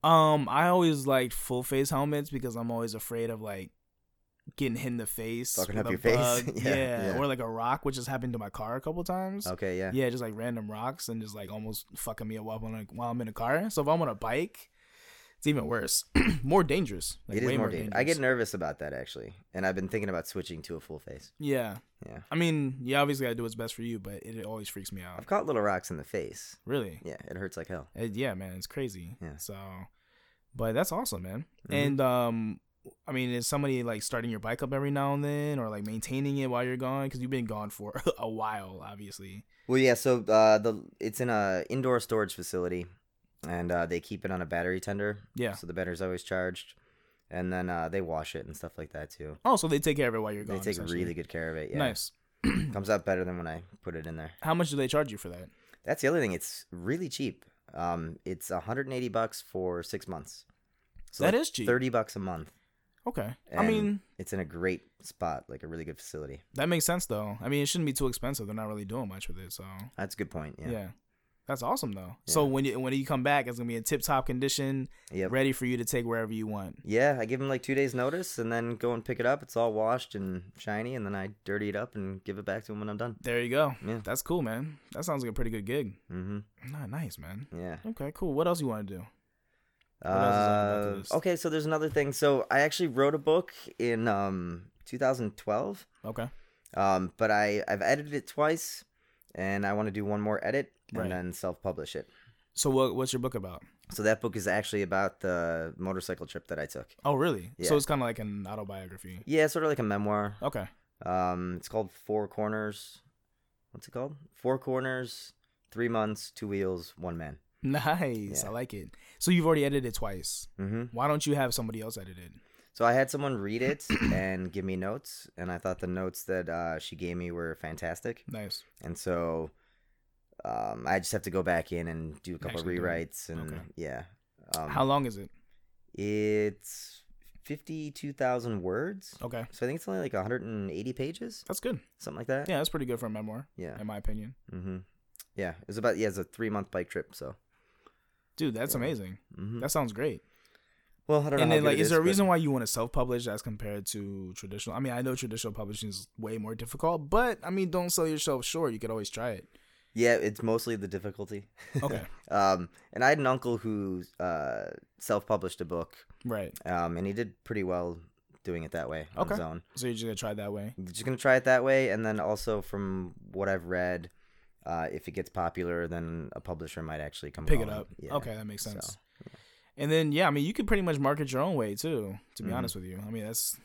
Speaker 1: Um, I always liked full face helmets because I'm always afraid of like getting hit in the face,
Speaker 2: Fucking
Speaker 1: with
Speaker 2: up
Speaker 1: a
Speaker 2: your face.
Speaker 1: bug.
Speaker 2: Yeah,
Speaker 1: yeah,
Speaker 2: yeah.
Speaker 1: or like a rock, which has happened to my car a couple times.
Speaker 2: Okay. Yeah.
Speaker 1: Yeah, just like random rocks and just like almost fucking me up while I'm, while I'm in a car. So if I'm on a bike, it's even worse, more dangerous. Like,
Speaker 2: it is
Speaker 1: way
Speaker 2: more dangerous. I get nervous about that actually, and I've been thinking about switching to a full face.
Speaker 1: yeah,
Speaker 2: Yeah.
Speaker 1: I mean, you obviously gotta do what's best for you, but it, always freaks me out.
Speaker 2: I've caught little rocks in the face.
Speaker 1: Really?
Speaker 2: Yeah, it hurts like hell.
Speaker 1: Uh, yeah, man, it's crazy.
Speaker 2: Yeah.
Speaker 1: So, but that's awesome, man.
Speaker 2: Mhm.
Speaker 1: And um, I mean, is somebody like starting your bike up every now and then, or like maintaining it while you're gone? Because you've been gone for a while, obviously.
Speaker 2: Well, yeah. So uh, the it's in a indoor storage facility, and uh, they keep it on a battery tender.
Speaker 1: Yeah.
Speaker 2: So the battery's always charged, and then uh, they wash it and stuff like that too.
Speaker 1: Oh, so they take care of it while you're gone.
Speaker 2: they take
Speaker 1: essentially.
Speaker 2: really good care of it. Yeah.
Speaker 1: Nice.
Speaker 2: Comes out better than when I put it in there.
Speaker 1: How much do they charge you for that?
Speaker 2: That's the other thing. It's really cheap. Um, it's 180 bucks for six months. So
Speaker 1: That
Speaker 2: like
Speaker 1: is cheap.
Speaker 2: 30 bucks a month.
Speaker 1: Okay. I
Speaker 2: And
Speaker 1: mean,
Speaker 2: it's in a great spot, like a really good facility.
Speaker 1: that makes sense though. I mean, it shouldn't be too expensive. They're not really doing much with it, so
Speaker 2: That's a good point.
Speaker 1: yeah.
Speaker 2: Yeah.
Speaker 1: That's awesome though. So when you when you come back, it's gonna be in tip top condition,
Speaker 2: Yep.
Speaker 1: ready for you to take wherever you want.
Speaker 2: Yeah, I give them like two days notice and then go and pick it up. It's all washed and shiny, and then I dirty it up and give it back to them when I'm done.
Speaker 1: There you go.
Speaker 2: Yeah.
Speaker 1: That's cool, man. That sounds like a pretty good gig.
Speaker 2: hmm
Speaker 1: Nah, nice, man.
Speaker 2: Yeah.
Speaker 1: Okay, cool. What else you want to do? else is on the
Speaker 2: Uh,
Speaker 1: list?
Speaker 2: okay, so there's another thing. So I actually wrote a book in um 2012,
Speaker 1: Okay.
Speaker 2: um, but I I've edited it twice, and I want to do one more edit and
Speaker 1: Right.
Speaker 2: then self-publish it.
Speaker 1: So what what's your book about?
Speaker 2: So that book is actually about the motorcycle trip that I took.
Speaker 1: Oh, really?
Speaker 2: Yeah.
Speaker 1: So it's kind of like an autobiography.
Speaker 2: Yeah, sort of like a memoir.
Speaker 1: Okay.
Speaker 2: Um, it's called Four Corners. What's it called? Four Corners, three months, two wheels, one man.
Speaker 1: Nice.
Speaker 2: Yeah.
Speaker 1: I like it. So you've already edited it twice.
Speaker 2: hmm
Speaker 1: Why don't you have somebody else edit it?
Speaker 2: So I had someone read it and give me notes, and I thought the notes that uh, she gave me were fantastic,
Speaker 1: Nice.
Speaker 2: and so um, I just have to go back in and do a couple
Speaker 1: Actually do it.
Speaker 2: rewrites, and
Speaker 1: Okay.
Speaker 2: yeah, um,
Speaker 1: How long is it?
Speaker 2: It's fifty-two thousand words,
Speaker 1: Okay.
Speaker 2: so I think it's only like one hundred and eighty pages,
Speaker 1: That's good.
Speaker 2: something like that.
Speaker 1: Yeah, that's pretty good for a memoir,
Speaker 2: yeah,
Speaker 1: in my opinion.
Speaker 2: mm-hmm. yeah. It's about yeah, it's a three-month bike trip, so.
Speaker 1: Dude, that's
Speaker 2: Yeah.
Speaker 1: amazing.
Speaker 2: Mm-hmm.
Speaker 1: That sounds great.
Speaker 2: Well, I don't know.
Speaker 1: And
Speaker 2: how
Speaker 1: then,
Speaker 2: good
Speaker 1: like,
Speaker 2: it
Speaker 1: is there a
Speaker 2: but-
Speaker 1: reason why you want to self-publish as compared to traditional? I mean, I know traditional publishing is way more difficult, but I mean, don't sell yourself short. You could always try it.
Speaker 2: Yeah, it's mostly the difficulty.
Speaker 1: Okay,
Speaker 2: Um, and I had an uncle who uh, self-published a book,
Speaker 1: right.
Speaker 2: um, and he did pretty well doing it that way on his
Speaker 1: Okay.
Speaker 2: own.
Speaker 1: So you're just gonna try it that way.
Speaker 2: Just gonna try it that way, and then also from what I've read, uh, if it gets popular, then a publisher might actually come
Speaker 1: pick it
Speaker 2: calling.
Speaker 1: up.
Speaker 2: Yeah.
Speaker 1: Okay, that makes
Speaker 2: So,
Speaker 1: sense. And then yeah, I mean you can pretty much market your own way too. To be
Speaker 2: Mhm.
Speaker 1: honest with you, I mean that's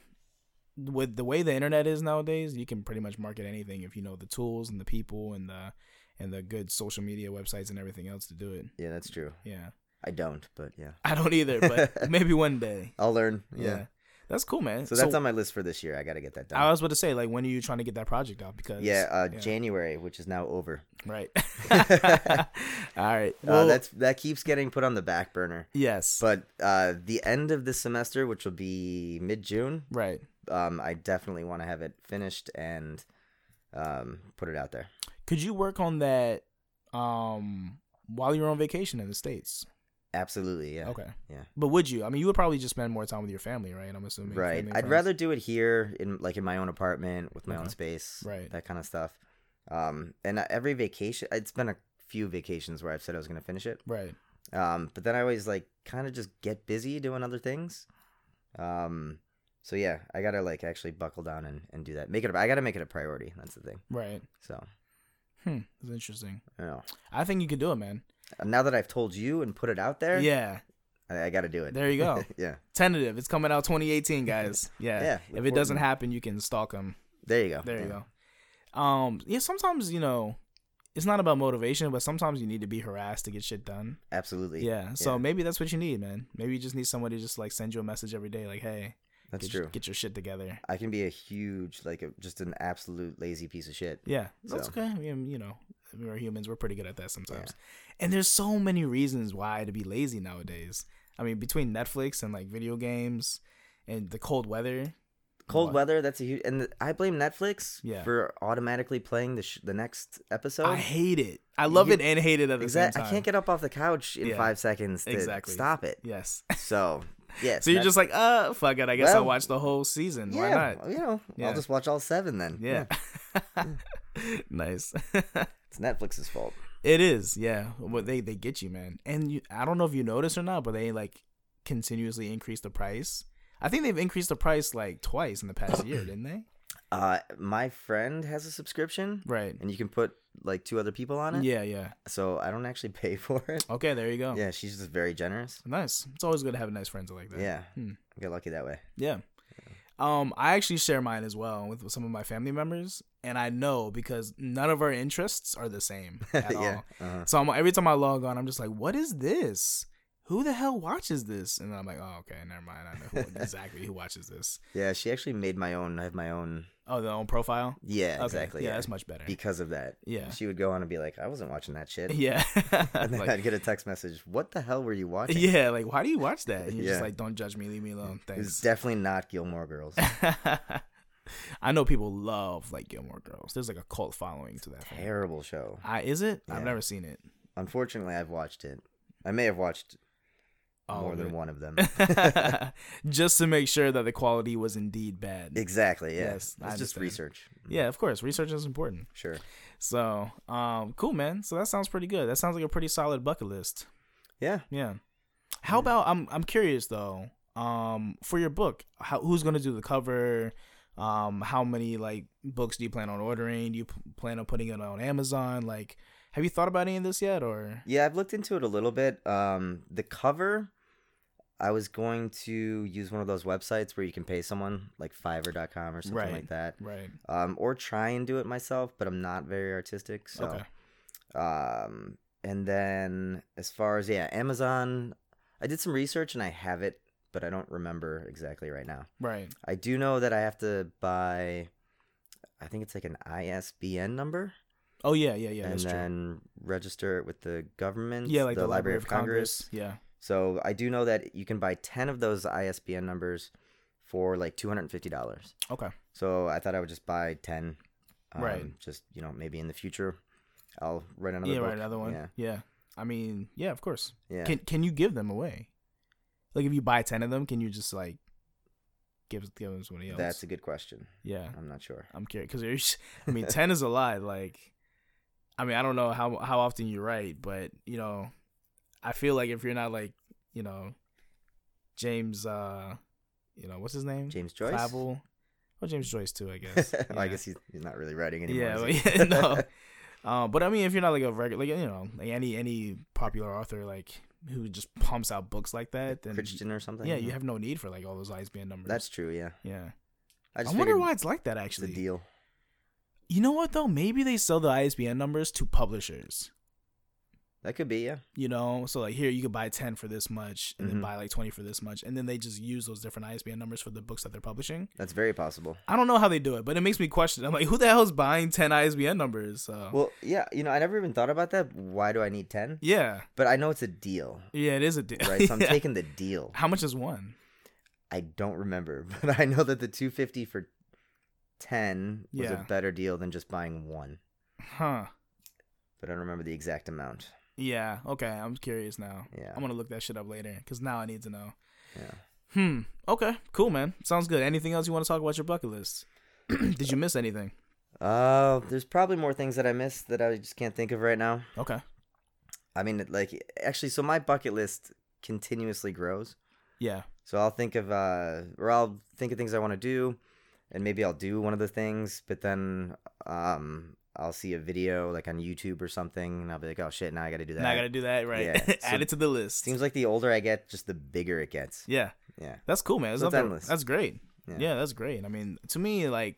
Speaker 1: with the way the internet is nowadays, you can pretty much market anything if you know the tools and the people and the and the good social media websites and everything else to do it.
Speaker 2: Yeah, that's true.
Speaker 1: Yeah,
Speaker 2: I don't, but yeah,
Speaker 1: I don't either, but maybe one day.
Speaker 2: I'll learn.
Speaker 1: Yeah.
Speaker 2: Yeah.
Speaker 1: That's cool, man.
Speaker 2: So that's um, on my list for this year. I got to get that done.
Speaker 1: I was about to say, like, when are you trying to get that project out? Because
Speaker 2: yeah, uh, January, which is now over.
Speaker 1: right. All right.
Speaker 2: Uh, that's that keeps getting put on the back burner.
Speaker 1: yes,
Speaker 2: But uh, the end of this semester, which will be mid June,
Speaker 1: right.
Speaker 2: um, I definitely want to have it finished and um, put it out there.
Speaker 1: Could you work on that um while you were on vacation in the states?
Speaker 2: Absolutely, yeah.
Speaker 1: Okay.
Speaker 2: Yeah.
Speaker 1: But would you? I mean, you would probably just spend more time with your family, right? I'm assuming.
Speaker 2: Right.
Speaker 1: family and
Speaker 2: I'd
Speaker 1: friends.
Speaker 2: rather do it here in like in my own apartment with my own
Speaker 1: Okay.
Speaker 2: space,
Speaker 1: Uh-huh. Right.
Speaker 2: That kind of stuff. Um, and uh, every vacation, it's been a few vacations where I've said I was gonna finish it.
Speaker 1: Right.
Speaker 2: Um, but then I always like kind of just get busy doing other things. Um, so yeah, I gotta like actually buckle down and, and do that. Make it. a- I gotta make it a priority. That's the thing.
Speaker 1: Right.
Speaker 2: So
Speaker 1: Hmm. That's interesting.
Speaker 2: I don't know. Um,
Speaker 1: I think you could do it, man.
Speaker 2: Now that I've told you and put it out there,
Speaker 1: Yeah.
Speaker 2: I, I gotta do it.
Speaker 1: There you go.
Speaker 2: yeah.
Speaker 1: Tentative. It's coming out 2018, guys. Yeah.
Speaker 2: Yeah,
Speaker 1: if
Speaker 2: look
Speaker 1: it doesn't
Speaker 2: forward-
Speaker 1: happen, you can stalk them.
Speaker 2: There you go.
Speaker 1: There
Speaker 2: Yeah.
Speaker 1: you go. Um. Yeah. Sometimes you know, it's not about motivation, but sometimes you need to be harassed to get shit done.
Speaker 2: Absolutely.
Speaker 1: Yeah. So
Speaker 2: Yeah.
Speaker 1: maybe that's what you need, man. Maybe you just need someone to just like send you a message every day, like, hey,
Speaker 2: That's
Speaker 1: get,
Speaker 2: true.
Speaker 1: Get your shit together.
Speaker 2: I can be a huge, like, a, just an absolute lazy piece of shit.
Speaker 1: Yeah, that's
Speaker 2: So-
Speaker 1: okay. I mean, you know, we're humans. We're pretty good at that sometimes. And there's so many reasons why to be lazy nowadays. I mean, between Netflix and like video games and the cold weather.
Speaker 2: Cold
Speaker 1: What?
Speaker 2: weather. That's a huge, and th- I blame Netflix
Speaker 1: Yeah.
Speaker 2: for automatically playing the sh- the next episode.
Speaker 1: I hate it. I love
Speaker 2: You-
Speaker 1: it and hate it at the same
Speaker 2: Exactly.
Speaker 1: time.
Speaker 2: I can't get up off the couch in
Speaker 1: Yeah.
Speaker 2: five seconds. To
Speaker 1: Exactly.
Speaker 2: Stop it.
Speaker 1: Yes.
Speaker 2: So yes.
Speaker 1: So you're
Speaker 2: Net-
Speaker 1: just like, uh, fuck it. I guess I'll
Speaker 2: Well,
Speaker 1: watch the whole season.
Speaker 2: yeah. Hmm.
Speaker 1: Why not?
Speaker 2: well, You know,
Speaker 1: Yeah.
Speaker 2: I'll just watch all seven then.
Speaker 1: Yeah. nice.
Speaker 2: It's Netflix's fault.
Speaker 1: It is, yeah. Well, they they get you, man. And you, I don't know if you notice or not, but they like continuously increase the price. I think they've increased the price like twice in the past year, didn't they?
Speaker 2: Uh, my friend has a subscription,
Speaker 1: Right.
Speaker 2: and you can put like two other people on it.
Speaker 1: Yeah, Oh. yeah.
Speaker 2: So I don't actually pay for it.
Speaker 1: Okay, there you go.
Speaker 2: Yeah, she's just very generous.
Speaker 1: Nice. It's always good to have nice friends like that.
Speaker 2: Yeah.
Speaker 1: Hmm.
Speaker 2: I Get lucky that way.
Speaker 1: Yeah. Um, I actually share mine as well with some of my family members, and I know because none of our interests are the same at
Speaker 2: yeah.
Speaker 1: all.
Speaker 2: Uh-huh.
Speaker 1: So I'm, every time I log on, I'm just like, "What is this? Who the hell watches this?" And then I'm like, "Oh, okay, never mind. I know who, exactly who watches this."
Speaker 2: Yeah, she actually made my own. I have my own.
Speaker 1: Oh, the own profile.
Speaker 2: Yeah,
Speaker 1: Okay.
Speaker 2: exactly.
Speaker 1: Yeah,
Speaker 2: Yeah,
Speaker 1: that's much better.
Speaker 2: because of that.
Speaker 1: yeah.
Speaker 2: She would go on and be like, "I wasn't watching that shit,"
Speaker 1: Yeah.
Speaker 2: and then
Speaker 1: like,
Speaker 2: I'd get a text message, "What the hell were you watching?"
Speaker 1: yeah, like why do you watch that? And you're just
Speaker 2: Yeah.
Speaker 1: like, don't judge me, leave me alone.
Speaker 2: it was
Speaker 1: Thanks.
Speaker 2: definitely not Gilmore Girls.
Speaker 1: I know people love like Gilmore Girls. There's like a cult following to that. thing.
Speaker 2: Terrible show.
Speaker 1: I is it? I've
Speaker 2: Yeah.
Speaker 1: never seen it.
Speaker 2: Unfortunately, I've watched it. I may have watched
Speaker 1: All
Speaker 2: more
Speaker 1: of
Speaker 2: than
Speaker 1: it.
Speaker 2: one of them.
Speaker 1: just to make sure that the quality was indeed bad.
Speaker 2: exactly. Yeah.
Speaker 1: Yes,
Speaker 2: Yes,
Speaker 1: I
Speaker 2: it's just
Speaker 1: understand.
Speaker 2: research. Mm,
Speaker 1: yeah, of course. Research is important.
Speaker 2: Sure.
Speaker 1: So, um, cool, man. So that sounds pretty good. That sounds like a pretty solid bucket list.
Speaker 2: Yeah.
Speaker 1: Yeah. How about I'm I'm curious though. Um, for your book, how who's gonna do the cover? Um, how many like books do you plan on ordering? Do you p- plan on putting it on Amazon? Like, have you thought about any of this yet? Or
Speaker 2: Yeah, I've looked into it a little bit. Um, the cover, I was going to use one of those websites where you can pay someone, like Fiverr.com or something
Speaker 1: Right.
Speaker 2: like that,
Speaker 1: right?
Speaker 2: um, or try and do it myself. But I'm not very artistic, so.
Speaker 1: Okay.
Speaker 2: Um, and then as far as yeah, Amazon, I did some research and I have it, but I don't remember exactly right now.
Speaker 1: Right.
Speaker 2: I do know that I have to buy. I think it's like an ISBN number,
Speaker 1: Oh yeah, yeah, yeah.
Speaker 2: and
Speaker 1: That's true.
Speaker 2: then register it with the government.
Speaker 1: Yeah, like the, Library, of Congress. Yeah.
Speaker 2: So I do know that you can buy ten of those ISBN numbers for like two hundred and fifty dollars.
Speaker 1: Okay.
Speaker 2: So I thought I would just buy ten.
Speaker 1: Right.
Speaker 2: um, Just you know, maybe in the future, I'll write another.
Speaker 1: yeah.
Speaker 2: book.
Speaker 1: Right. Another one. Yeah.
Speaker 2: Yeah.
Speaker 1: I mean, yeah. Of course.
Speaker 2: Yeah.
Speaker 1: Can Can you give them away? Like, if you buy ten of them, can you just like give give them to somebody else?
Speaker 2: That's a good question.
Speaker 1: yeah.
Speaker 2: I'm not sure.
Speaker 1: I'm curious because there's, I mean, ten is a lot. Like, I mean, I don't know how how often you write, but you know, I feel like if you're not like, you know, James, uh, you know, what's his name,
Speaker 2: James Joyce.
Speaker 1: Clavel, or James Joyce too, I guess.
Speaker 2: well, I
Speaker 1: Yeah.
Speaker 2: guess he's, he's not really writing anymore.
Speaker 1: Yeah,
Speaker 2: is he?
Speaker 1: but yeah, no. Uh, but I mean, if you're not like a regular, like you know, like any any popular author like who just pumps out books like that, then
Speaker 2: Christian or something.
Speaker 1: yeah, you have no need for like all those ISBN numbers.
Speaker 2: That's true. Yeah.
Speaker 1: yeah.
Speaker 2: I,
Speaker 1: I,
Speaker 2: just
Speaker 1: wonder
Speaker 2: figured
Speaker 1: why it's like that.
Speaker 2: It's a
Speaker 1: Actually,
Speaker 2: deal.
Speaker 1: You know what though? Maybe they sell the ISBN numbers to publishers.
Speaker 2: That could be, yeah.
Speaker 1: you know so like here you could buy 10 for this much and
Speaker 2: Mhm.
Speaker 1: then buy like 20 for this much and then they just use those different isbn numbers for the books that they're publishing
Speaker 2: That's very possible.
Speaker 1: i don't know how they do it but it makes me question i'm like who the hell's buying 10 isbn numbers so
Speaker 2: Well, yeah, you know, I never even thought about that. Why do I need 10?
Speaker 1: Oh. yeah
Speaker 2: But I know it's a deal,
Speaker 1: yeah it is a deal
Speaker 2: right? So I'm
Speaker 1: Yeah.
Speaker 2: taking the deal.
Speaker 1: how much is one
Speaker 2: I don't remember, but I know that the 250 for 10 was
Speaker 1: Yeah.
Speaker 2: a better deal than just buying one.
Speaker 1: huh
Speaker 2: But I don't remember the exact amount.
Speaker 1: yeah okay i'm curious now
Speaker 2: Yeah.
Speaker 1: i'm gonna look that shit up later because now i need to know
Speaker 2: Yeah.
Speaker 1: hmm okay cool man sounds good anything else you want to talk about your bucket list did you miss anything
Speaker 2: Uh, there's probably more things that I missed that I just can't think of right now.
Speaker 1: okay
Speaker 2: I mean, like actually, so my bucket list continuously grows.
Speaker 1: yeah
Speaker 2: So I'll think of uh, or I'll think of things I want to do, and maybe I'll do one of the things. But then um, I'll see a video like on YouTube or something, and I'll be like, oh shit, now I got to do that.
Speaker 1: now i gotta do that right
Speaker 2: Yeah.
Speaker 1: add
Speaker 2: So-
Speaker 1: it to the list
Speaker 2: Seems like the older I get, just the bigger it gets.
Speaker 1: yeah
Speaker 2: Yeah.
Speaker 1: That's cool, man. That's,
Speaker 2: So it's
Speaker 1: nothing-
Speaker 2: endless.
Speaker 1: that's great.
Speaker 2: Yeah.
Speaker 1: Yeah. that's great. I mean, to me, like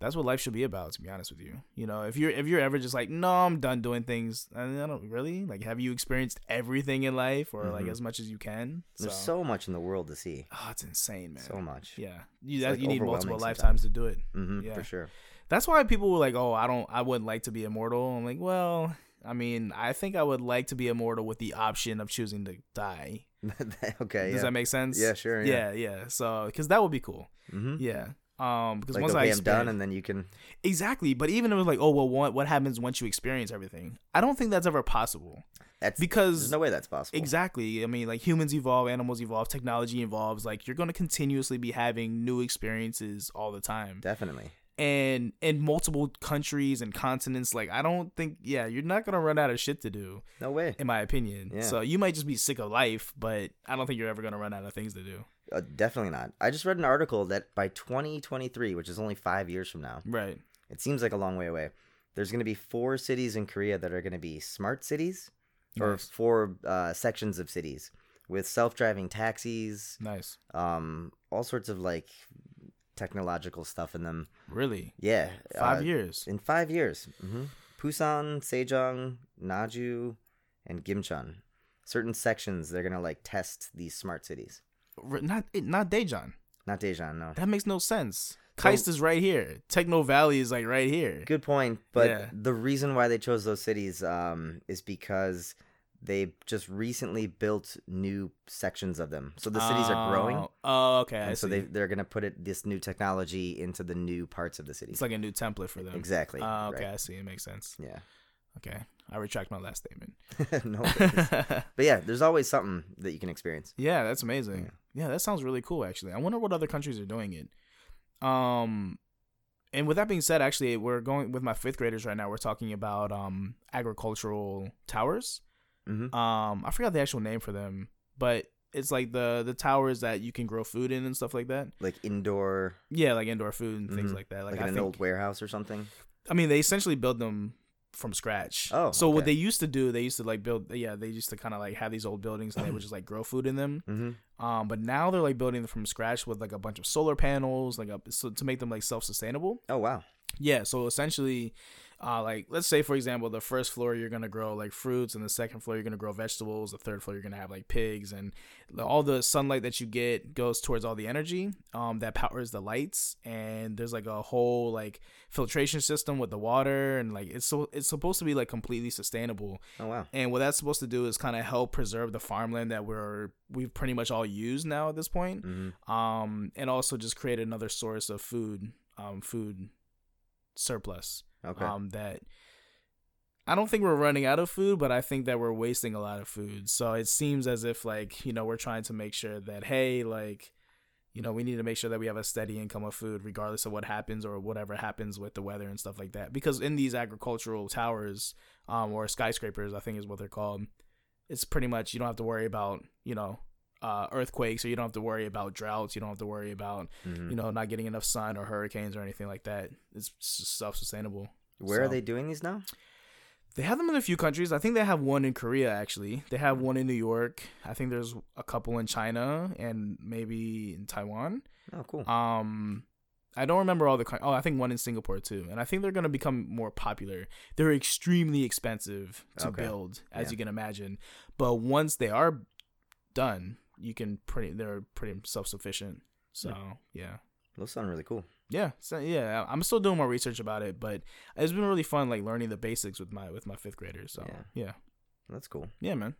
Speaker 1: that's what life should be about. To be honest with you, you know, if you're if you're ever just like, no, I'm done doing things, I, mean, I don't really like. Have you experienced everything in life, or like
Speaker 2: Mhm.
Speaker 1: as much as you can?
Speaker 2: There's so much in the world to see.
Speaker 1: oh, it's insane, man.
Speaker 2: So much.
Speaker 1: yeah, you
Speaker 2: It's,
Speaker 1: that,
Speaker 2: like,
Speaker 1: you need multiple
Speaker 2: overwhelming
Speaker 1: lifetimes to do it.
Speaker 2: Mm-hmm,
Speaker 1: Yeah.
Speaker 2: For sure.
Speaker 1: That's why people were like, oh, I don't, I wouldn't like to be immortal. I'm like, well, I mean, I think I would like to be immortal with the option of choosing to die.
Speaker 2: okay.
Speaker 1: Does
Speaker 2: yeah.
Speaker 1: that make sense?
Speaker 2: yeah. Sure. Yeah.
Speaker 1: yeah, yeah. So, because that would be cool.
Speaker 2: Mm-hmm.
Speaker 1: Yeah. Um, because
Speaker 2: Like
Speaker 1: once I
Speaker 2: okay, I'm done,
Speaker 1: experience-
Speaker 2: and then you can.
Speaker 1: exactly, but even if it was like, oh well, what, what happens once you experience everything? I don't think that's ever possible
Speaker 2: That's
Speaker 1: because
Speaker 2: there's no way that's possible.
Speaker 1: exactly. I mean, like humans evolve, animals evolve, technology evolves. Like you're gonna continuously be having new experiences all the time,
Speaker 2: Definitely.
Speaker 1: and in multiple countries and continents. Like I don't think, yeah, you're not gonna run out of shit to do,
Speaker 2: No way.
Speaker 1: in my opinion.
Speaker 2: Yeah.
Speaker 1: So you might just be sick of life, but I don't think you're ever gonna run out of things to do.
Speaker 2: Uh, definitely not. I just read an article that by 2023, which is only five years from now,
Speaker 1: Right.
Speaker 2: it seems like a long way away. There's going to be four cities in Korea that are going to be smart cities, or
Speaker 1: Nice.
Speaker 2: four uh, sections of cities with self-driving taxis,
Speaker 1: Nice.
Speaker 2: um, all sorts of like technological stuff in them.
Speaker 1: Really.
Speaker 2: Yeah,
Speaker 1: Five
Speaker 2: uh,
Speaker 1: years.
Speaker 2: in five years. hmm Busan, Sejong, Naju, and Gimcheon. Certain sections they're going to like test these smart cities.
Speaker 1: R- Not eh, not Daejeon.
Speaker 2: Not Daejeon, no.
Speaker 1: That makes no sense.
Speaker 2: So-
Speaker 1: Keist is right here. Techno Valley is like right here.
Speaker 2: Good point, but
Speaker 1: Yeah.
Speaker 2: the reason why they chose those cities um, is because they just recently built new sections of them. So the cities are growing,
Speaker 1: Oh, Oh, okay. I
Speaker 2: and so
Speaker 1: see.
Speaker 2: they they're gonna put it this new technology into the new parts of the city.
Speaker 1: it's like a new template for them.
Speaker 2: exactly.
Speaker 1: Oh, okay,
Speaker 2: right.
Speaker 1: I see. It makes sense.
Speaker 2: Yeah.
Speaker 1: Okay, I retract my last statement.
Speaker 2: no. worries. but yeah, there's always something that you can experience.
Speaker 1: yeah, that's amazing. Yeah. that sounds really cool. Actually, I wonder what other countries are doing it. Um, and with that being said, actually, we're going with my fifth graders right now. We're talking about um agricultural towers.
Speaker 2: hmm
Speaker 1: Um, I forgot the actual name for them, but it's like the the towers that you can grow food in and stuff like that.
Speaker 2: Like indoor,
Speaker 1: Yeah, like indoor food and things
Speaker 2: Mhm.
Speaker 1: like that. Like,
Speaker 2: like,
Speaker 1: I
Speaker 2: in an
Speaker 1: think,
Speaker 2: old warehouse or something.
Speaker 1: I mean, they essentially build them from scratch.
Speaker 2: Oh,
Speaker 1: so what
Speaker 2: okay.
Speaker 1: they used to do, they used to like build. Yeah, they used to kind of like have these old buildings and they would just like grow food in them.
Speaker 2: hmm
Speaker 1: Um, but now they're like building them from scratch with like a bunch of solar panels, like a, so to make them like self sustainable.
Speaker 2: Oh wow.
Speaker 1: Yeah, so essentially, uh, like let's say for example, the first floor you're gonna grow like fruits, and the second floor you're gonna grow vegetables. The third floor you're gonna have like pigs, and all the sunlight that you get goes towards all the energy um, that powers the lights. And there's like a whole like filtration system with the water, and like it's so it's supposed to be like completely sustainable.
Speaker 2: Oh wow.
Speaker 1: And what that's supposed to do is kind of help preserve the farmland that we're we've pretty much all used now at this point,
Speaker 2: hmm
Speaker 1: um, and also just create another source of food, um, food surplus
Speaker 2: Okay.
Speaker 1: um, that I don't think we're running out of food, but I think that we're wasting a lot of food. So it seems as if like you know we're trying to make sure that hey like you know we need to make sure that we have a steady income of food regardless of what happens or whatever happens with the weather and stuff like that. Because in these agricultural towers um, or skyscrapers, I think is what they're called, it's pretty much you don't have to worry about you know. Uh, earthquakes, or you don't have to worry about droughts. You don't have to worry about
Speaker 2: Mhm.
Speaker 1: you know not getting enough sun or hurricanes or anything like that. It's self sustainable.
Speaker 2: Where are
Speaker 1: so-
Speaker 2: they doing these now?
Speaker 1: They have them in a few countries. I think they have one in Korea actually. They have one in New York. I think there's a couple in China and maybe in Taiwan.
Speaker 2: Oh cool.
Speaker 1: Um I don't remember all the. coun- Oh, I think one in Singapore too, and I think they're gonna become more popular. They're extremely expensive to
Speaker 2: Okay.
Speaker 1: build, as
Speaker 2: Yeah.
Speaker 1: you can imagine. But once they are done, you can pretty. They're pretty self sufficient. So yeah.
Speaker 2: Those sound really cool.
Speaker 1: Yeah, so yeah, I- I'm still doing more research about it, but it's been really fun, like learning the basics with my with my fifth graders. So
Speaker 2: Yeah.
Speaker 1: yeah,
Speaker 2: That's cool.
Speaker 1: yeah, man.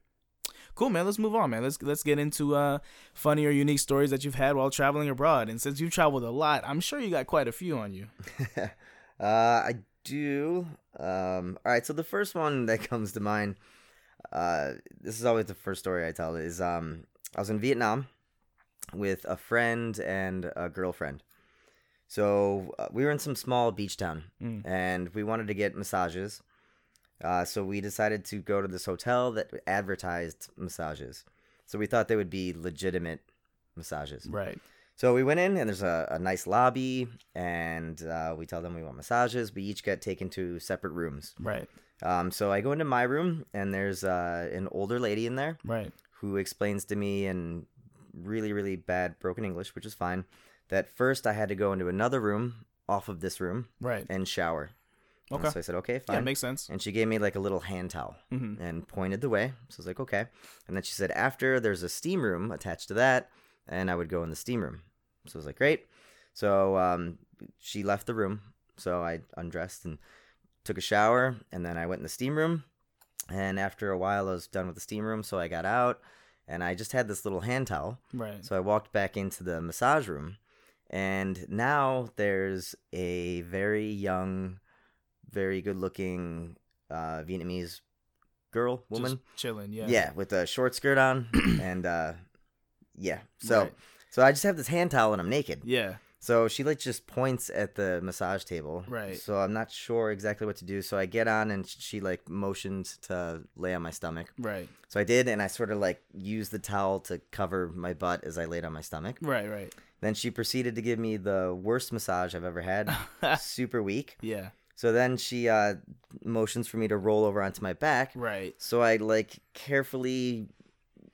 Speaker 1: Cool, man. Let's move on, man. Let's let's get into uh, funny or unique stories that you've had while traveling abroad. And since you've traveled a lot, I'm sure you got quite a few on you.
Speaker 2: uh, I do. Um, all right, so the first one that comes to mind, uh, this is always the first story I tell, is um, I was in Vietnam with a friend and a girlfriend. So uh, we were in some small beach town
Speaker 1: Mm.
Speaker 2: and we wanted to get massages. Uh, so we decided to go to this hotel that advertised massages. So we thought they would be legitimate massages.
Speaker 1: Right.
Speaker 2: So we went in, and there's a, a nice lobby, and uh, we tell them we want massages. We each get taken to separate rooms.
Speaker 1: Right.
Speaker 2: Um, so I go into my room, and there's uh, an older lady in there
Speaker 1: Right.
Speaker 2: who explains to me in really, really bad broken English, which is fine, that first I had to go into another room off of this room
Speaker 1: Right.
Speaker 2: and shower. And
Speaker 1: Okay.
Speaker 2: so I said, okay,
Speaker 1: Yeah,
Speaker 2: fine.
Speaker 1: makes sense.
Speaker 2: and she gave me like a little hand towel
Speaker 1: hmm
Speaker 2: and pointed the way. So I was like, okay. And then she said, after there's a steam room attached to that, and I would go in the steam room. So I was like, great. So um, she left the room. So I undressed and took a shower, and then I went in the steam room. And after a while, I was done with the steam room, so I got out, and I just had this little hand towel.
Speaker 1: Right.
Speaker 2: So I walked back into the massage room, and now there's a very young, very good looking uh, Vietnamese girl, woman.
Speaker 1: Just chilling. Yeah.
Speaker 2: yeah. with a short skirt on. and uh, yeah. So.
Speaker 1: Right.
Speaker 2: So I just have this hand towel and I'm naked.
Speaker 1: Yeah.
Speaker 2: So she like just points at the massage table.
Speaker 1: Right.
Speaker 2: So I'm not sure exactly what to do. So I get on and she like motions to lay on my stomach.
Speaker 1: Right.
Speaker 2: So I did and I sort of like used the towel to cover my butt as I laid on my stomach.
Speaker 1: Right. Right.
Speaker 2: Then she proceeded to give me the worst massage I've ever had. super weak.
Speaker 1: yeah.
Speaker 2: So then she uh, motions for me to roll over onto my back.
Speaker 1: Right.
Speaker 2: So I like carefully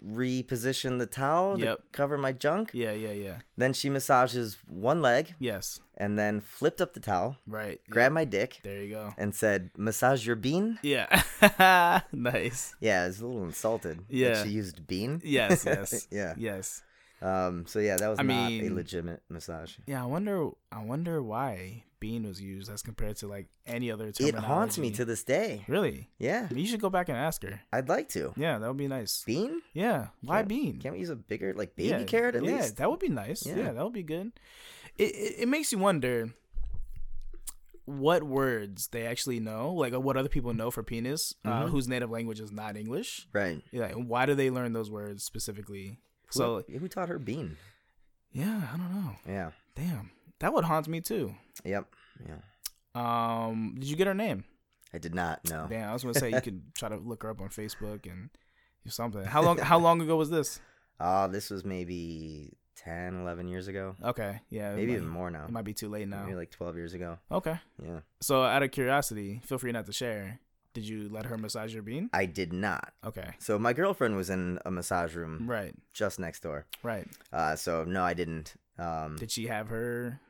Speaker 2: reposition the towel to
Speaker 1: Yep.
Speaker 2: cover my junk.
Speaker 1: Yeah. Yeah. Yeah.
Speaker 2: Then she massages one leg
Speaker 1: Yes.
Speaker 2: and then flipped up the towel,
Speaker 1: Right. Yeah.
Speaker 2: grabbed my dick,
Speaker 1: There you go.
Speaker 2: and said, "Massage your bean."
Speaker 1: Yeah. nice.
Speaker 2: Yeah, I was a little insulted. that
Speaker 1: Yeah.
Speaker 2: she used bean.
Speaker 1: Yes. Yes.
Speaker 2: yeah.
Speaker 1: Yes.
Speaker 2: Um. So yeah, that was
Speaker 1: I
Speaker 2: not a
Speaker 1: mean-
Speaker 2: legitimate massage.
Speaker 1: Yeah, I wonder. I wonder why bean was used as compared to like any other.
Speaker 2: It haunts me
Speaker 1: terminology.
Speaker 2: to this day.
Speaker 1: really.
Speaker 2: Yeah,
Speaker 1: I mean, you should go back and ask her.
Speaker 2: I'd like to.
Speaker 1: Yeah, that would be nice.
Speaker 2: Bean?
Speaker 1: Yeah, why
Speaker 2: Can't-
Speaker 1: bean?
Speaker 2: Can't we use a bigger, like baby
Speaker 1: yeah,
Speaker 2: carrot at
Speaker 1: yeah,
Speaker 2: least?
Speaker 1: that would be nice.
Speaker 2: Yeah.
Speaker 1: Yeah, that would be good. It, it it makes you wonder what words they actually know, like what other people know for penis, uh,
Speaker 2: Mhm.
Speaker 1: whose native language is not English.
Speaker 2: Right.
Speaker 1: Yeah, and why do they learn those words specifically?
Speaker 2: Who-
Speaker 1: So
Speaker 2: who, taught her bean?
Speaker 1: yeah, I don't know.
Speaker 2: Yeah.
Speaker 1: Damn, that would haunt me too.
Speaker 2: Yep. Yeah.
Speaker 1: Um, did you get her name?
Speaker 2: I did not know.
Speaker 1: Damn, I was gonna say you could try to look her up on Facebook and do something. How long? How long ago was this?
Speaker 2: Ah, this was maybe 10, 11 years ago.
Speaker 1: Okay, yeah, it
Speaker 2: Maybe
Speaker 1: might-
Speaker 2: even more now.
Speaker 1: It might be too late now.
Speaker 2: Maybe like 12 years ago.
Speaker 1: Okay,
Speaker 2: Yeah.
Speaker 1: so out of curiosity, feel free not to share. Did you let her massage your bean?
Speaker 2: I did not.
Speaker 1: Okay,
Speaker 2: So my girlfriend was in a massage room
Speaker 1: right,
Speaker 2: just next door.
Speaker 1: right.
Speaker 2: Uh, so no, I didn't. Um,
Speaker 1: Did she have her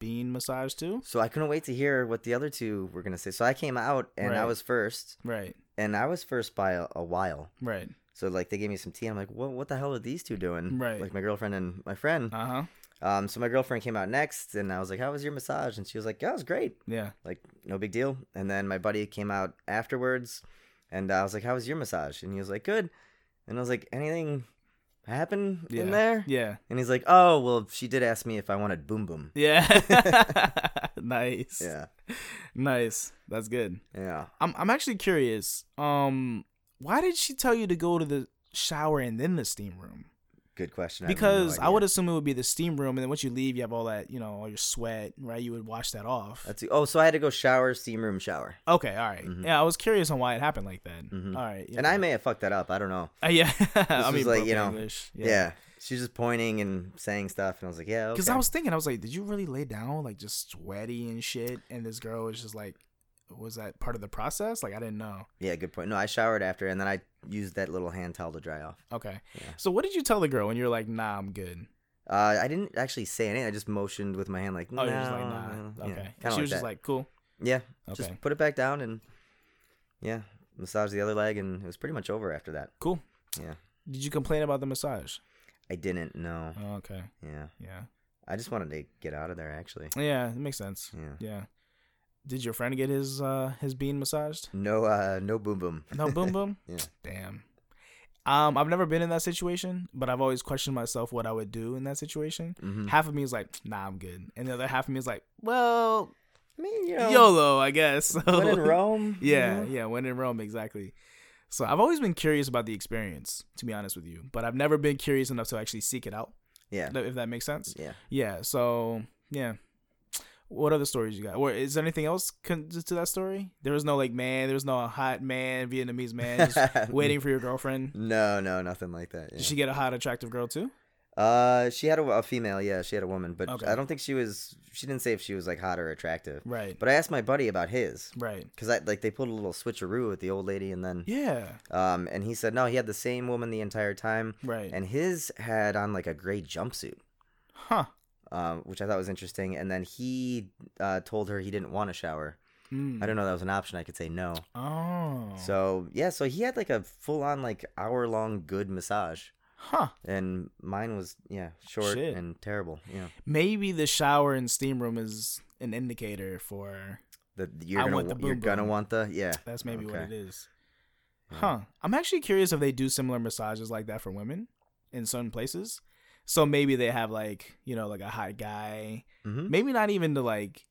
Speaker 1: bean massage too?
Speaker 2: so I couldn't wait to hear what the other two were going to say. So I came out and I
Speaker 1: Right.
Speaker 2: was first.
Speaker 1: Right,
Speaker 2: And I was first by a, a while.
Speaker 1: right,
Speaker 2: So like they gave me some tea. I'm like, well, what the hell are these two doing?
Speaker 1: Right.
Speaker 2: Like my girlfriend and my friend.
Speaker 1: uh huh,
Speaker 2: Um, so my girlfriend came out next, and I was like, "How was your massage?" And she was like, "Yeah, it was great.
Speaker 1: yeah,
Speaker 2: Like, no big deal." And then my buddy came out afterwards, and I was like, "How was your massage?" And he was like, "Good." And I was like, "Anything happen
Speaker 1: yeah,
Speaker 2: in there?"
Speaker 1: yeah,
Speaker 2: And he's like, "Oh, well, she did ask me if I wanted boom boom."
Speaker 1: yeah. nice,
Speaker 2: Yeah,
Speaker 1: nice. That's good.
Speaker 2: yeah.
Speaker 1: I'm I'm actually curious. Um, why did she tell you to go to the shower and then the steam room?
Speaker 2: Good question.
Speaker 1: Because I would assume it would be the steam room, and then once you leave, you have all that, you know, all your sweat, right? You would wash that off.
Speaker 2: That's oh, so I had to go shower, steam room, shower,
Speaker 1: okay, all right.
Speaker 2: Mhm.
Speaker 1: Yeah, I was curious on why it happened like that.
Speaker 2: Mhm.
Speaker 1: All right, yeah.
Speaker 2: and I may have fucked that up. I don't know.
Speaker 1: Uh, yeah, I mean,
Speaker 2: was like,
Speaker 1: broken
Speaker 2: you know,
Speaker 1: English.
Speaker 2: Yeah. She's just pointing and saying stuff, and I was like, "Yeah."
Speaker 1: Because
Speaker 2: okay."
Speaker 1: I was thinking, I was like, did you really lay down like just sweaty and shit? And this girl was just like, was that part of the process? Like, I didn't know.
Speaker 2: Yeah, good point. No, I showered after, and then I used that little hand towel to dry off.
Speaker 1: Okay.
Speaker 2: Yeah.
Speaker 1: So what did you tell the girl when you're like, nah, I'm good?
Speaker 2: Uh, I didn't actually say anything. I just motioned with my hand, like, no,
Speaker 1: Oh, you're just like,
Speaker 2: nah.
Speaker 1: nah.
Speaker 2: Yeah,
Speaker 1: Okay.
Speaker 2: kinda
Speaker 1: she was
Speaker 2: that.
Speaker 1: just like, cool.
Speaker 2: yeah,
Speaker 1: Okay.
Speaker 2: just put it back down and, yeah, massage the other leg, and it was pretty much over after that.
Speaker 1: cool.
Speaker 2: Yeah.
Speaker 1: Did you complain about the massage?
Speaker 2: I didn't know.
Speaker 1: Oh, okay.
Speaker 2: Yeah,
Speaker 1: Yeah.
Speaker 2: I just wanted to get out of there actually.
Speaker 1: Yeah, it makes sense.
Speaker 2: Yeah.
Speaker 1: Yeah. Did your friend get his uh his bean massaged?
Speaker 2: No, uh, no boom boom.
Speaker 1: No boom boom?
Speaker 2: Yeah.
Speaker 1: Damn. Um, I've never been in that situation, but I've always questioned myself what I would do in that situation.
Speaker 2: hmm
Speaker 1: Half of me is like, nah, I'm good. And the other half of me is like, well,
Speaker 2: I mean, you know,
Speaker 1: YOLO, I guess. So,
Speaker 2: when in Rome. you
Speaker 1: yeah,
Speaker 2: know?
Speaker 1: yeah, when in Rome, exactly. So I've always been curious about the experience, to be honest with you, but I've never been curious enough to actually seek it out,
Speaker 2: yeah,
Speaker 1: if that makes sense.
Speaker 2: yeah.
Speaker 1: Yeah, so, yeah. What other stories you got? Or is there anything else con- to that story? There was no, like, man, there was no hot man, Vietnamese man, just waiting for your girlfriend.
Speaker 2: No, no, nothing like that.
Speaker 1: Did
Speaker 2: yeah.
Speaker 1: she get a hot, attractive girl too?
Speaker 2: Uh, she had a, a female. Yeah, she had a woman, but
Speaker 1: Okay.
Speaker 2: I don't think she was. She didn't say if she was like hot or attractive.
Speaker 1: Right.
Speaker 2: But I asked my buddy about his
Speaker 1: Right.
Speaker 2: because I like they pulled a little switcheroo with the old lady, and then
Speaker 1: Yeah.
Speaker 2: um, and he said no, he had the same woman the entire time,
Speaker 1: Right.
Speaker 2: and his had on like a gray jumpsuit,
Speaker 1: huh.
Speaker 2: um, which I thought was interesting. And then he uh, told her he didn't want a shower.
Speaker 1: Mm.
Speaker 2: I don't know that was an option. I could say no.
Speaker 1: Oh.
Speaker 2: So yeah, so he had like a full on like hour long good massage,
Speaker 1: Huh.
Speaker 2: and mine was yeah short
Speaker 1: Shit.
Speaker 2: and terrible. Yeah.
Speaker 1: Maybe the shower and steam room is an indicator for
Speaker 2: The, you're
Speaker 1: I
Speaker 2: gonna,
Speaker 1: want
Speaker 2: wa-
Speaker 1: the
Speaker 2: you're
Speaker 1: boom
Speaker 2: gonna
Speaker 1: boom.
Speaker 2: want the yeah.
Speaker 1: that's maybe what
Speaker 2: Okay.
Speaker 1: it is.
Speaker 2: Yeah.
Speaker 1: Huh. I'm actually curious if they do similar massages like that for women in certain places. So maybe they have like, you know, like a hot guy.
Speaker 2: Mm-hmm.
Speaker 1: Maybe not even to like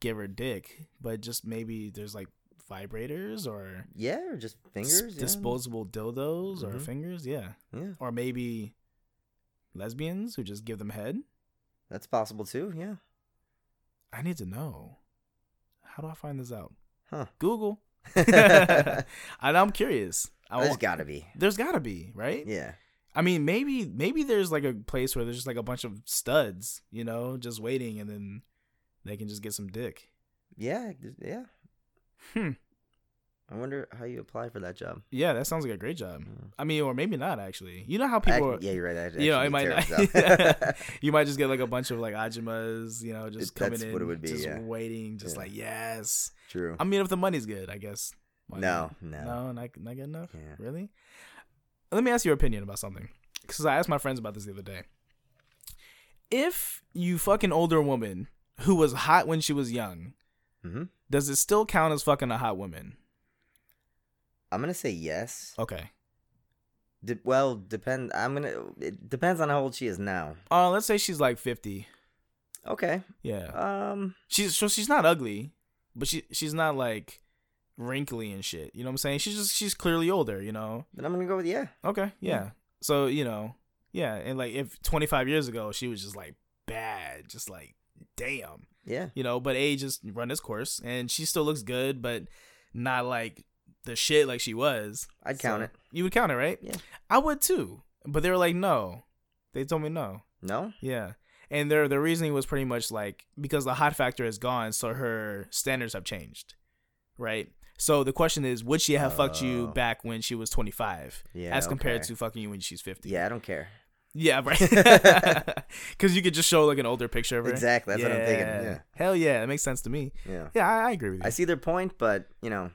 Speaker 1: give her dick, but just maybe there's like vibrators or
Speaker 2: Yeah, or just fingers.
Speaker 1: s-
Speaker 2: yeah.
Speaker 1: disposable dildos or
Speaker 2: Mhm.
Speaker 1: fingers, yeah.
Speaker 2: Yeah,
Speaker 1: Or maybe lesbians who just give them head.
Speaker 2: that's possible too. Yeah.
Speaker 1: I need to know. How do I find this out?
Speaker 2: Huh.
Speaker 1: Google. and
Speaker 2: There's
Speaker 1: I'm curious. I want-
Speaker 2: gotta be.
Speaker 1: there's gotta be, right?
Speaker 2: Yeah.
Speaker 1: I mean, maybe maybe there's like a place where there's just like a bunch of studs, you know, just waiting, and then they can just get some dick.
Speaker 2: Yeah. th- Yeah.
Speaker 1: Hmm.
Speaker 2: I wonder how you apply for that job.
Speaker 1: Yeah, that sounds like a great job.
Speaker 2: Yeah.
Speaker 1: I mean, or maybe not actually. You know how
Speaker 2: Act-
Speaker 1: people, are,
Speaker 2: yeah, you're right. That
Speaker 1: you know,
Speaker 2: actually
Speaker 1: it might
Speaker 2: tears
Speaker 1: not-
Speaker 2: up.
Speaker 1: you might just get like a bunch of like ajimas, you know, just
Speaker 2: It-
Speaker 1: coming
Speaker 2: that's
Speaker 1: in,
Speaker 2: what it would be,
Speaker 1: just
Speaker 2: yeah.
Speaker 1: waiting, just
Speaker 2: Yeah.
Speaker 1: like yes.
Speaker 2: True.
Speaker 1: I mean, if the money's good, I guess. Why
Speaker 2: no,
Speaker 1: not?
Speaker 2: no.
Speaker 1: no, not not good enough.
Speaker 2: Yeah.
Speaker 1: Really? Let me ask your opinion about something. Because I asked my friends about this the other day. If you fuck an older woman who was hot when she was young,
Speaker 2: Mhm.
Speaker 1: does it still count as fucking a hot woman?
Speaker 2: I'm gonna say yes.
Speaker 1: Okay.
Speaker 2: De- well, depend. I'm gonna. It depends on how old she is now.
Speaker 1: Uh, let's say she's like 50.
Speaker 2: Okay.
Speaker 1: Yeah.
Speaker 2: Um.
Speaker 1: She's so she's not ugly, but she she's not like wrinkly and shit. You know what I'm saying? She's just she's clearly older, you know.
Speaker 2: Then I'm gonna go with yeah.
Speaker 1: Okay, yeah. So you know, yeah, and like if 25 years ago she was just like bad, just like damn,
Speaker 2: Yeah.
Speaker 1: you know. But age has run its course, and she still looks good, but not like the shit like she was.
Speaker 2: I'd count
Speaker 1: So-
Speaker 2: it.
Speaker 1: You would count it, right?
Speaker 2: Yeah.
Speaker 1: I would too, but they were like, no. They told me no.
Speaker 2: No.
Speaker 1: Yeah. And their their reasoning was pretty much like because the hot factor is gone, so her standards have changed, right? So the question is, would she have fucked you
Speaker 2: Oh.
Speaker 1: back when she was twenty five,
Speaker 2: Yeah.
Speaker 1: as compared
Speaker 2: okay.
Speaker 1: to fucking you when she's fifty?
Speaker 2: Yeah, I don't care.
Speaker 1: yeah, right. Because you could just show like an older picture of her.
Speaker 2: Exactly. That's what I'm thinking. Yeah.
Speaker 1: Hell yeah, that makes sense to me.
Speaker 2: Yeah.
Speaker 1: Yeah, I, I agree with you.
Speaker 2: I see their point, but you know,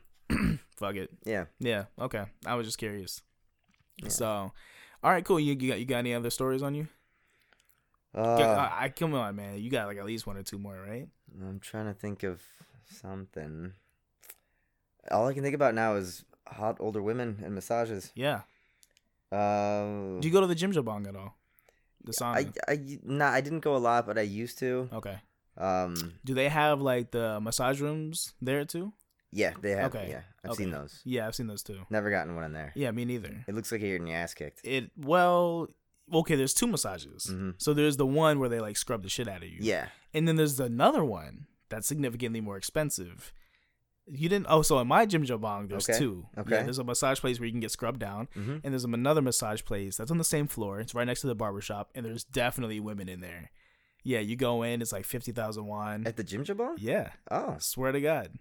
Speaker 1: Fuck it.
Speaker 2: yeah.
Speaker 1: Yeah. Okay. I was just curious.
Speaker 2: Yeah.
Speaker 1: So, all right, cool. You, you got you got any other stories on you?
Speaker 2: Uh,
Speaker 1: I, I come on, man. You got like at least one or two more, right?
Speaker 2: I'm trying to think of something. All I can think about now is hot older women and massages.
Speaker 1: Yeah.
Speaker 2: Uh,
Speaker 1: Do you go to the Jim Jabong at all? The sauna.
Speaker 2: I, I, nah, I didn't go a lot, but I used to.
Speaker 1: okay.
Speaker 2: Um,
Speaker 1: Do they have like the massage rooms there too?
Speaker 2: yeah, they have.
Speaker 1: Okay.
Speaker 2: Yeah, I've
Speaker 1: Okay.
Speaker 2: seen those.
Speaker 1: Yeah, I've seen those too.
Speaker 2: Never gotten one in there.
Speaker 1: Yeah, me neither.
Speaker 2: It looks like you're getting your ass kicked.
Speaker 1: It well, okay. There's two massages.
Speaker 2: Mhm.
Speaker 1: So there's the one where they like scrub the shit out of you.
Speaker 2: Yeah,
Speaker 1: And then there's another one that's significantly more expensive. You didn't. Oh, so in my Jim Joe Bong, there's
Speaker 2: Okay.
Speaker 1: two.
Speaker 2: Okay.
Speaker 1: Yeah, there's a massage place where you can get scrubbed down,
Speaker 2: Mhm.
Speaker 1: and there's another massage place that's on the same floor. It's right next to the barber shop, and there's definitely women in there. Yeah, you go in, it's like fifty thousand won.
Speaker 2: at the gym jabal.
Speaker 1: Yeah,
Speaker 2: Oh,
Speaker 1: swear to God.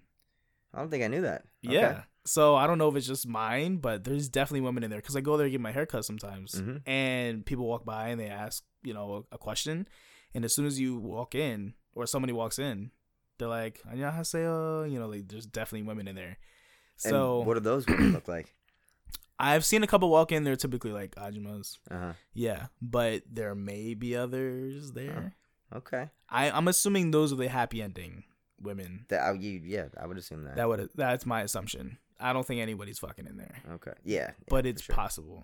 Speaker 2: I don't think I knew that. Okay.
Speaker 1: Yeah, So I don't know if it's just mine, but there's definitely women in there because I go there to get my hair cut sometimes,
Speaker 2: Mhm.
Speaker 1: and people walk by and they ask, you know, a question, and as soon as you walk in or somebody walks in, they're like, "안녕하세요," you know, like there's definitely women in there. So
Speaker 2: and what do those women look like?
Speaker 1: I've seen a couple walk in. They're typically like ajumas,
Speaker 2: Uh
Speaker 1: yeah, but there may be others there.
Speaker 2: huh. Okay.
Speaker 1: I I'm assuming those are the happy ending women.
Speaker 2: That I, you, yeah, I would assume that.
Speaker 1: That would that's my assumption. I don't think anybody's fucking in there,
Speaker 2: okay. Yeah. yeah,
Speaker 1: but
Speaker 2: for
Speaker 1: it's
Speaker 2: sure.
Speaker 1: possible.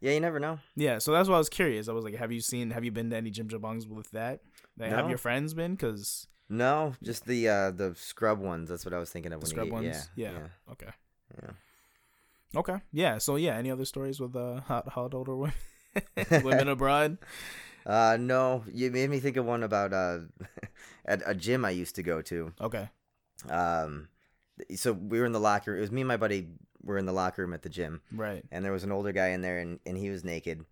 Speaker 2: Yeah, you never know.
Speaker 1: Yeah, so that's why I was curious. I was like, have you seen? Have you been to any Jim Jabongs with that? Like, Have
Speaker 2: No.
Speaker 1: your friends been? Because
Speaker 2: No, just the uh the scrub ones. That's what I was thinking of.
Speaker 1: the
Speaker 2: when
Speaker 1: scrub
Speaker 2: you,
Speaker 1: ones. Yeah.
Speaker 2: Yeah, yeah.
Speaker 1: Okay.
Speaker 2: yeah.
Speaker 1: Okay. Yeah. So yeah, any other stories with uh, hot hot older women? women abroad.
Speaker 2: Uh, no, you made me think of one about uh, at a gym I used to go to.
Speaker 1: Okay.
Speaker 2: Um, th- so we were in the locker. It was me and my buddy were in the locker room at the gym,
Speaker 1: Right.
Speaker 2: and there was an older guy in there, and, and he was naked,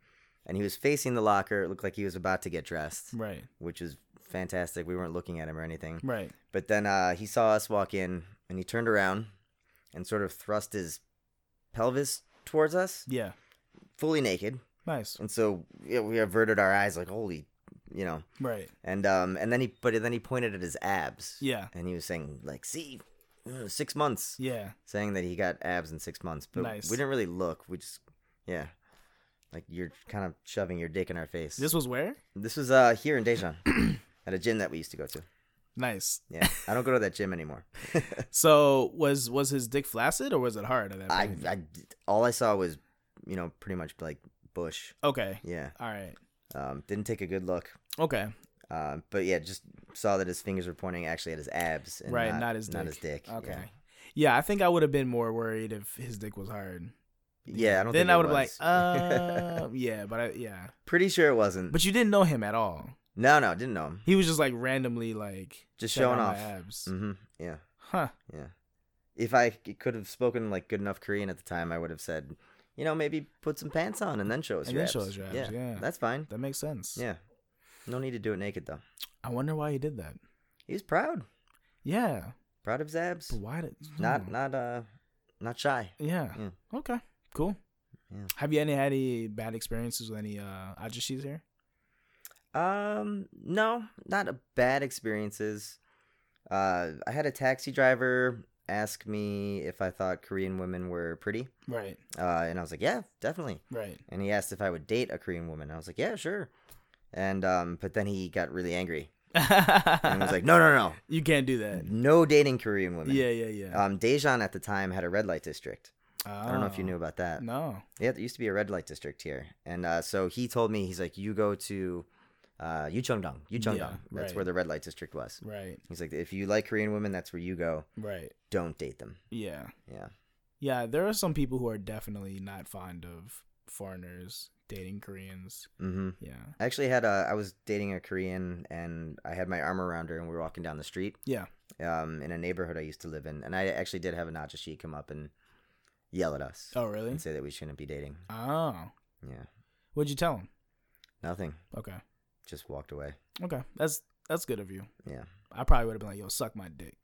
Speaker 2: and he was facing the locker. It looked like he was about to get dressed,
Speaker 1: Right.
Speaker 2: which is fantastic. We weren't looking at him or anything.
Speaker 1: Right.
Speaker 2: But then uh, he saw us walk in, and he turned around, and sort of thrust his pelvis towards us,
Speaker 1: Yeah.
Speaker 2: fully naked.
Speaker 1: Nice.
Speaker 2: And so yeah, we averted our eyes, like holy, you know.
Speaker 1: Right.
Speaker 2: And um, and then he, but then he pointed at his abs.
Speaker 1: Yeah.
Speaker 2: And he was saying like, see, uh, six months,
Speaker 1: Yeah.
Speaker 2: saying that he got abs in six months. But
Speaker 1: Nice.
Speaker 2: we didn't really look. We just, yeah, like you're kind of shoving your dick in our face.
Speaker 1: This was where?
Speaker 2: this was uh here in Dijon, at a gym that we used to go to.
Speaker 1: Nice.
Speaker 2: Yeah, I don't go to that gym anymore.
Speaker 1: So was was his dick flaccid or was it hard at that
Speaker 2: I,
Speaker 1: point?
Speaker 2: I, all I saw was, you know, pretty much like bush.
Speaker 1: okay.
Speaker 2: Yeah.
Speaker 1: All right.
Speaker 2: Um, didn't take a good look.
Speaker 1: Okay.
Speaker 2: Um, but yeah, just saw that his fingers were pointing actually at his abs, and
Speaker 1: right. Not, his
Speaker 2: not
Speaker 1: dick.
Speaker 2: his dick.
Speaker 1: Okay.
Speaker 2: yeah.
Speaker 1: Yeah. I think I would have been more worried if his dick was hard.
Speaker 2: Yeah, I don't.
Speaker 1: then
Speaker 2: think
Speaker 1: I
Speaker 2: it
Speaker 1: would have like,
Speaker 2: was.
Speaker 1: uh, yeah, but I, yeah,
Speaker 2: pretty sure it wasn't.
Speaker 1: but you didn't know him at all.
Speaker 2: no, no, didn't know him.
Speaker 1: He was just like randomly like
Speaker 2: Just
Speaker 1: checking
Speaker 2: showing
Speaker 1: out
Speaker 2: off.
Speaker 1: my abs,
Speaker 2: hmm Yeah,
Speaker 1: huh?
Speaker 2: yeah. If I c- could have spoken like good enough Korean at the time, I would have said, you know, maybe put some pants on and then show us
Speaker 1: And
Speaker 2: your
Speaker 1: then
Speaker 2: abs.
Speaker 1: show us your abs, yeah.
Speaker 2: that's fine.
Speaker 1: That makes sense.
Speaker 2: Yeah, no need to do it naked though.
Speaker 1: I wonder why he did that.
Speaker 2: He was proud,
Speaker 1: Yeah,
Speaker 2: proud of his abs.
Speaker 1: but why did
Speaker 2: Not,
Speaker 1: Hmm.
Speaker 2: not, uh, not shy.
Speaker 1: Yeah.
Speaker 2: Yeah.
Speaker 1: Okay. Cool.
Speaker 2: Yeah.
Speaker 1: Have you any had any bad experiences with any uh ajishis here?
Speaker 2: Um, no, not a bad experiences. Uh, I had a taxi driver ask me if I thought Korean women were pretty,
Speaker 1: Right.
Speaker 2: uh, and I was like, yeah, definitely.
Speaker 1: Right.
Speaker 2: and he asked if I would date a Korean woman. I was like, yeah, sure. And um, but then he got really angry and was like, no, no,
Speaker 1: you can't do
Speaker 2: no,
Speaker 1: that.
Speaker 2: no dating Korean women.
Speaker 1: Uh, Yeah, yeah, yeah.
Speaker 2: Um, Daejeon at the time had a red light district. Uh, I don't know if you
Speaker 1: Oh.
Speaker 2: knew about that.
Speaker 1: No.
Speaker 2: Yeah, there used to be a red light district here, and uh, so he told me he's like, you go to, uh, Yucheongdong. Yucheongdong. that's
Speaker 1: right.
Speaker 2: where the red light district was.
Speaker 1: Right.
Speaker 2: He's like, if you like Korean women, that's where you go.
Speaker 1: Right.
Speaker 2: Don't date them.
Speaker 1: Yeah.
Speaker 2: Yeah.
Speaker 1: Yeah, there are some people who are definitely not fond of foreigners dating Koreans.
Speaker 2: Mm-hmm.
Speaker 1: Yeah.
Speaker 2: I actually had a. I was dating a Korean, and I had my arm around her, and we were walking down the street.
Speaker 1: Yeah.
Speaker 2: Um, in a neighborhood I used to live in, and I actually did have a Najashi come up and yell at us
Speaker 1: Oh, really?
Speaker 2: and say that we shouldn't be dating.
Speaker 1: Oh.
Speaker 2: Yeah.
Speaker 1: What'd you tell him?
Speaker 2: Nothing.
Speaker 1: Okay.
Speaker 2: Just walked away.
Speaker 1: Okay. That's that's good of you.
Speaker 2: Yeah.
Speaker 1: I probably would have been like, "Yo, suck my dick."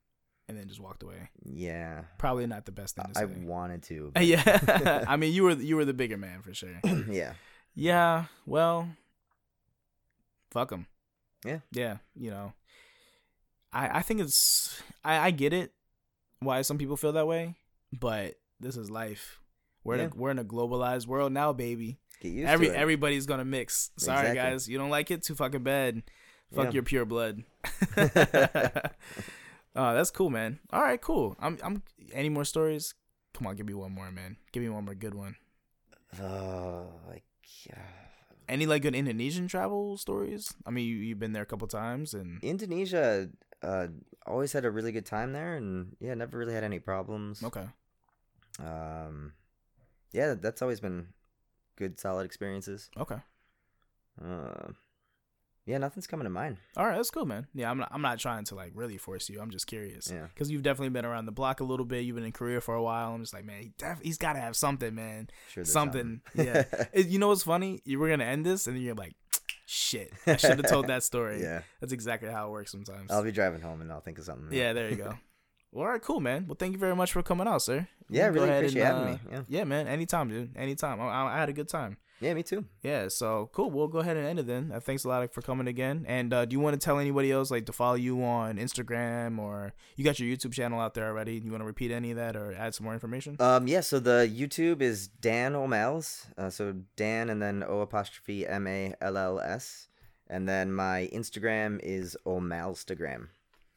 Speaker 1: And then just walked away.
Speaker 2: Yeah.
Speaker 1: Probably not the best thing to
Speaker 2: I,
Speaker 1: say.
Speaker 2: I wanted to. but-
Speaker 1: yeah. I mean, you were you were the bigger man for sure.
Speaker 2: yeah.
Speaker 1: Yeah. Well, fuck them.
Speaker 2: Yeah.
Speaker 1: Yeah. You know, I I think it's I I get it why some people feel that way, but this is life. We're in
Speaker 2: Yeah.
Speaker 1: a, we're in a globalized world now, baby.
Speaker 2: Get used
Speaker 1: Every
Speaker 2: to it.
Speaker 1: everybody's gonna mix. Sorry
Speaker 2: Exactly.
Speaker 1: guys, you don't like it? Too fucking bad. Fuck
Speaker 2: Yeah.
Speaker 1: your pure blood. oh, that's cool, man. All right, cool. I'm I'm any more stories? Come on, give me one more, man. Give me one more good one.
Speaker 2: Oh, like. Uh,
Speaker 1: any like good Indonesian travel stories? I mean, you you've been there a couple times, and
Speaker 2: Indonesia. Uh, always had a really good time there, and yeah, never really had any problems.
Speaker 1: okay,
Speaker 2: Um, yeah, that's always been good, solid experiences.
Speaker 1: okay,
Speaker 2: Uh, yeah, nothing's coming to mind.
Speaker 1: all right, that's cool, man. Yeah, I'm not, I'm not trying to like really force you. I'm just curious,
Speaker 2: Yeah.
Speaker 1: because you've definitely been around the block a little bit. You've been in Korea for a while. I'm just like, man, he def- he's got to have something, man.
Speaker 2: Sure, there's
Speaker 1: Something, It- you know what's funny? You were gonna end this, and then you're like, shit, I should have told that story.
Speaker 2: yeah,
Speaker 1: that's exactly how it works sometimes.
Speaker 2: I'll be driving home and I'll think of something.
Speaker 1: yeah, there you go. Well, all right, cool, man. Well, thank you very much for coming out, sir. You
Speaker 2: Yeah,
Speaker 1: can go
Speaker 2: really
Speaker 1: ahead
Speaker 2: appreciate
Speaker 1: and,
Speaker 2: having
Speaker 1: uh,
Speaker 2: me. Yeah.
Speaker 1: Yeah, man. Anytime, dude. Anytime. I, I, I had a good time.
Speaker 2: Yeah, me too.
Speaker 1: Yeah, so cool. We'll go ahead and end it then. Uh, thanks a lot for coming again. And uh, do you want to tell anybody else like to follow you on Instagram or you got your YouTube channel out there already? You want to repeat any of that or add some more information?
Speaker 2: Um, yeah, so the YouTube is Dan O'Malls. Uh, so Dan and then O apostrophe M A L L S. And then my Instagram is O'Malstagram.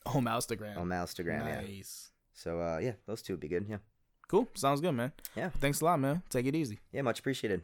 Speaker 1: oh, my Instagram.
Speaker 2: O'Malstagram, yeah.
Speaker 1: nice.
Speaker 2: So uh, yeah, those two would be good. Yeah.
Speaker 1: Cool. Sounds good, man.
Speaker 2: Yeah.
Speaker 1: Thanks a lot, man. Take it easy.
Speaker 2: Yeah, much appreciated.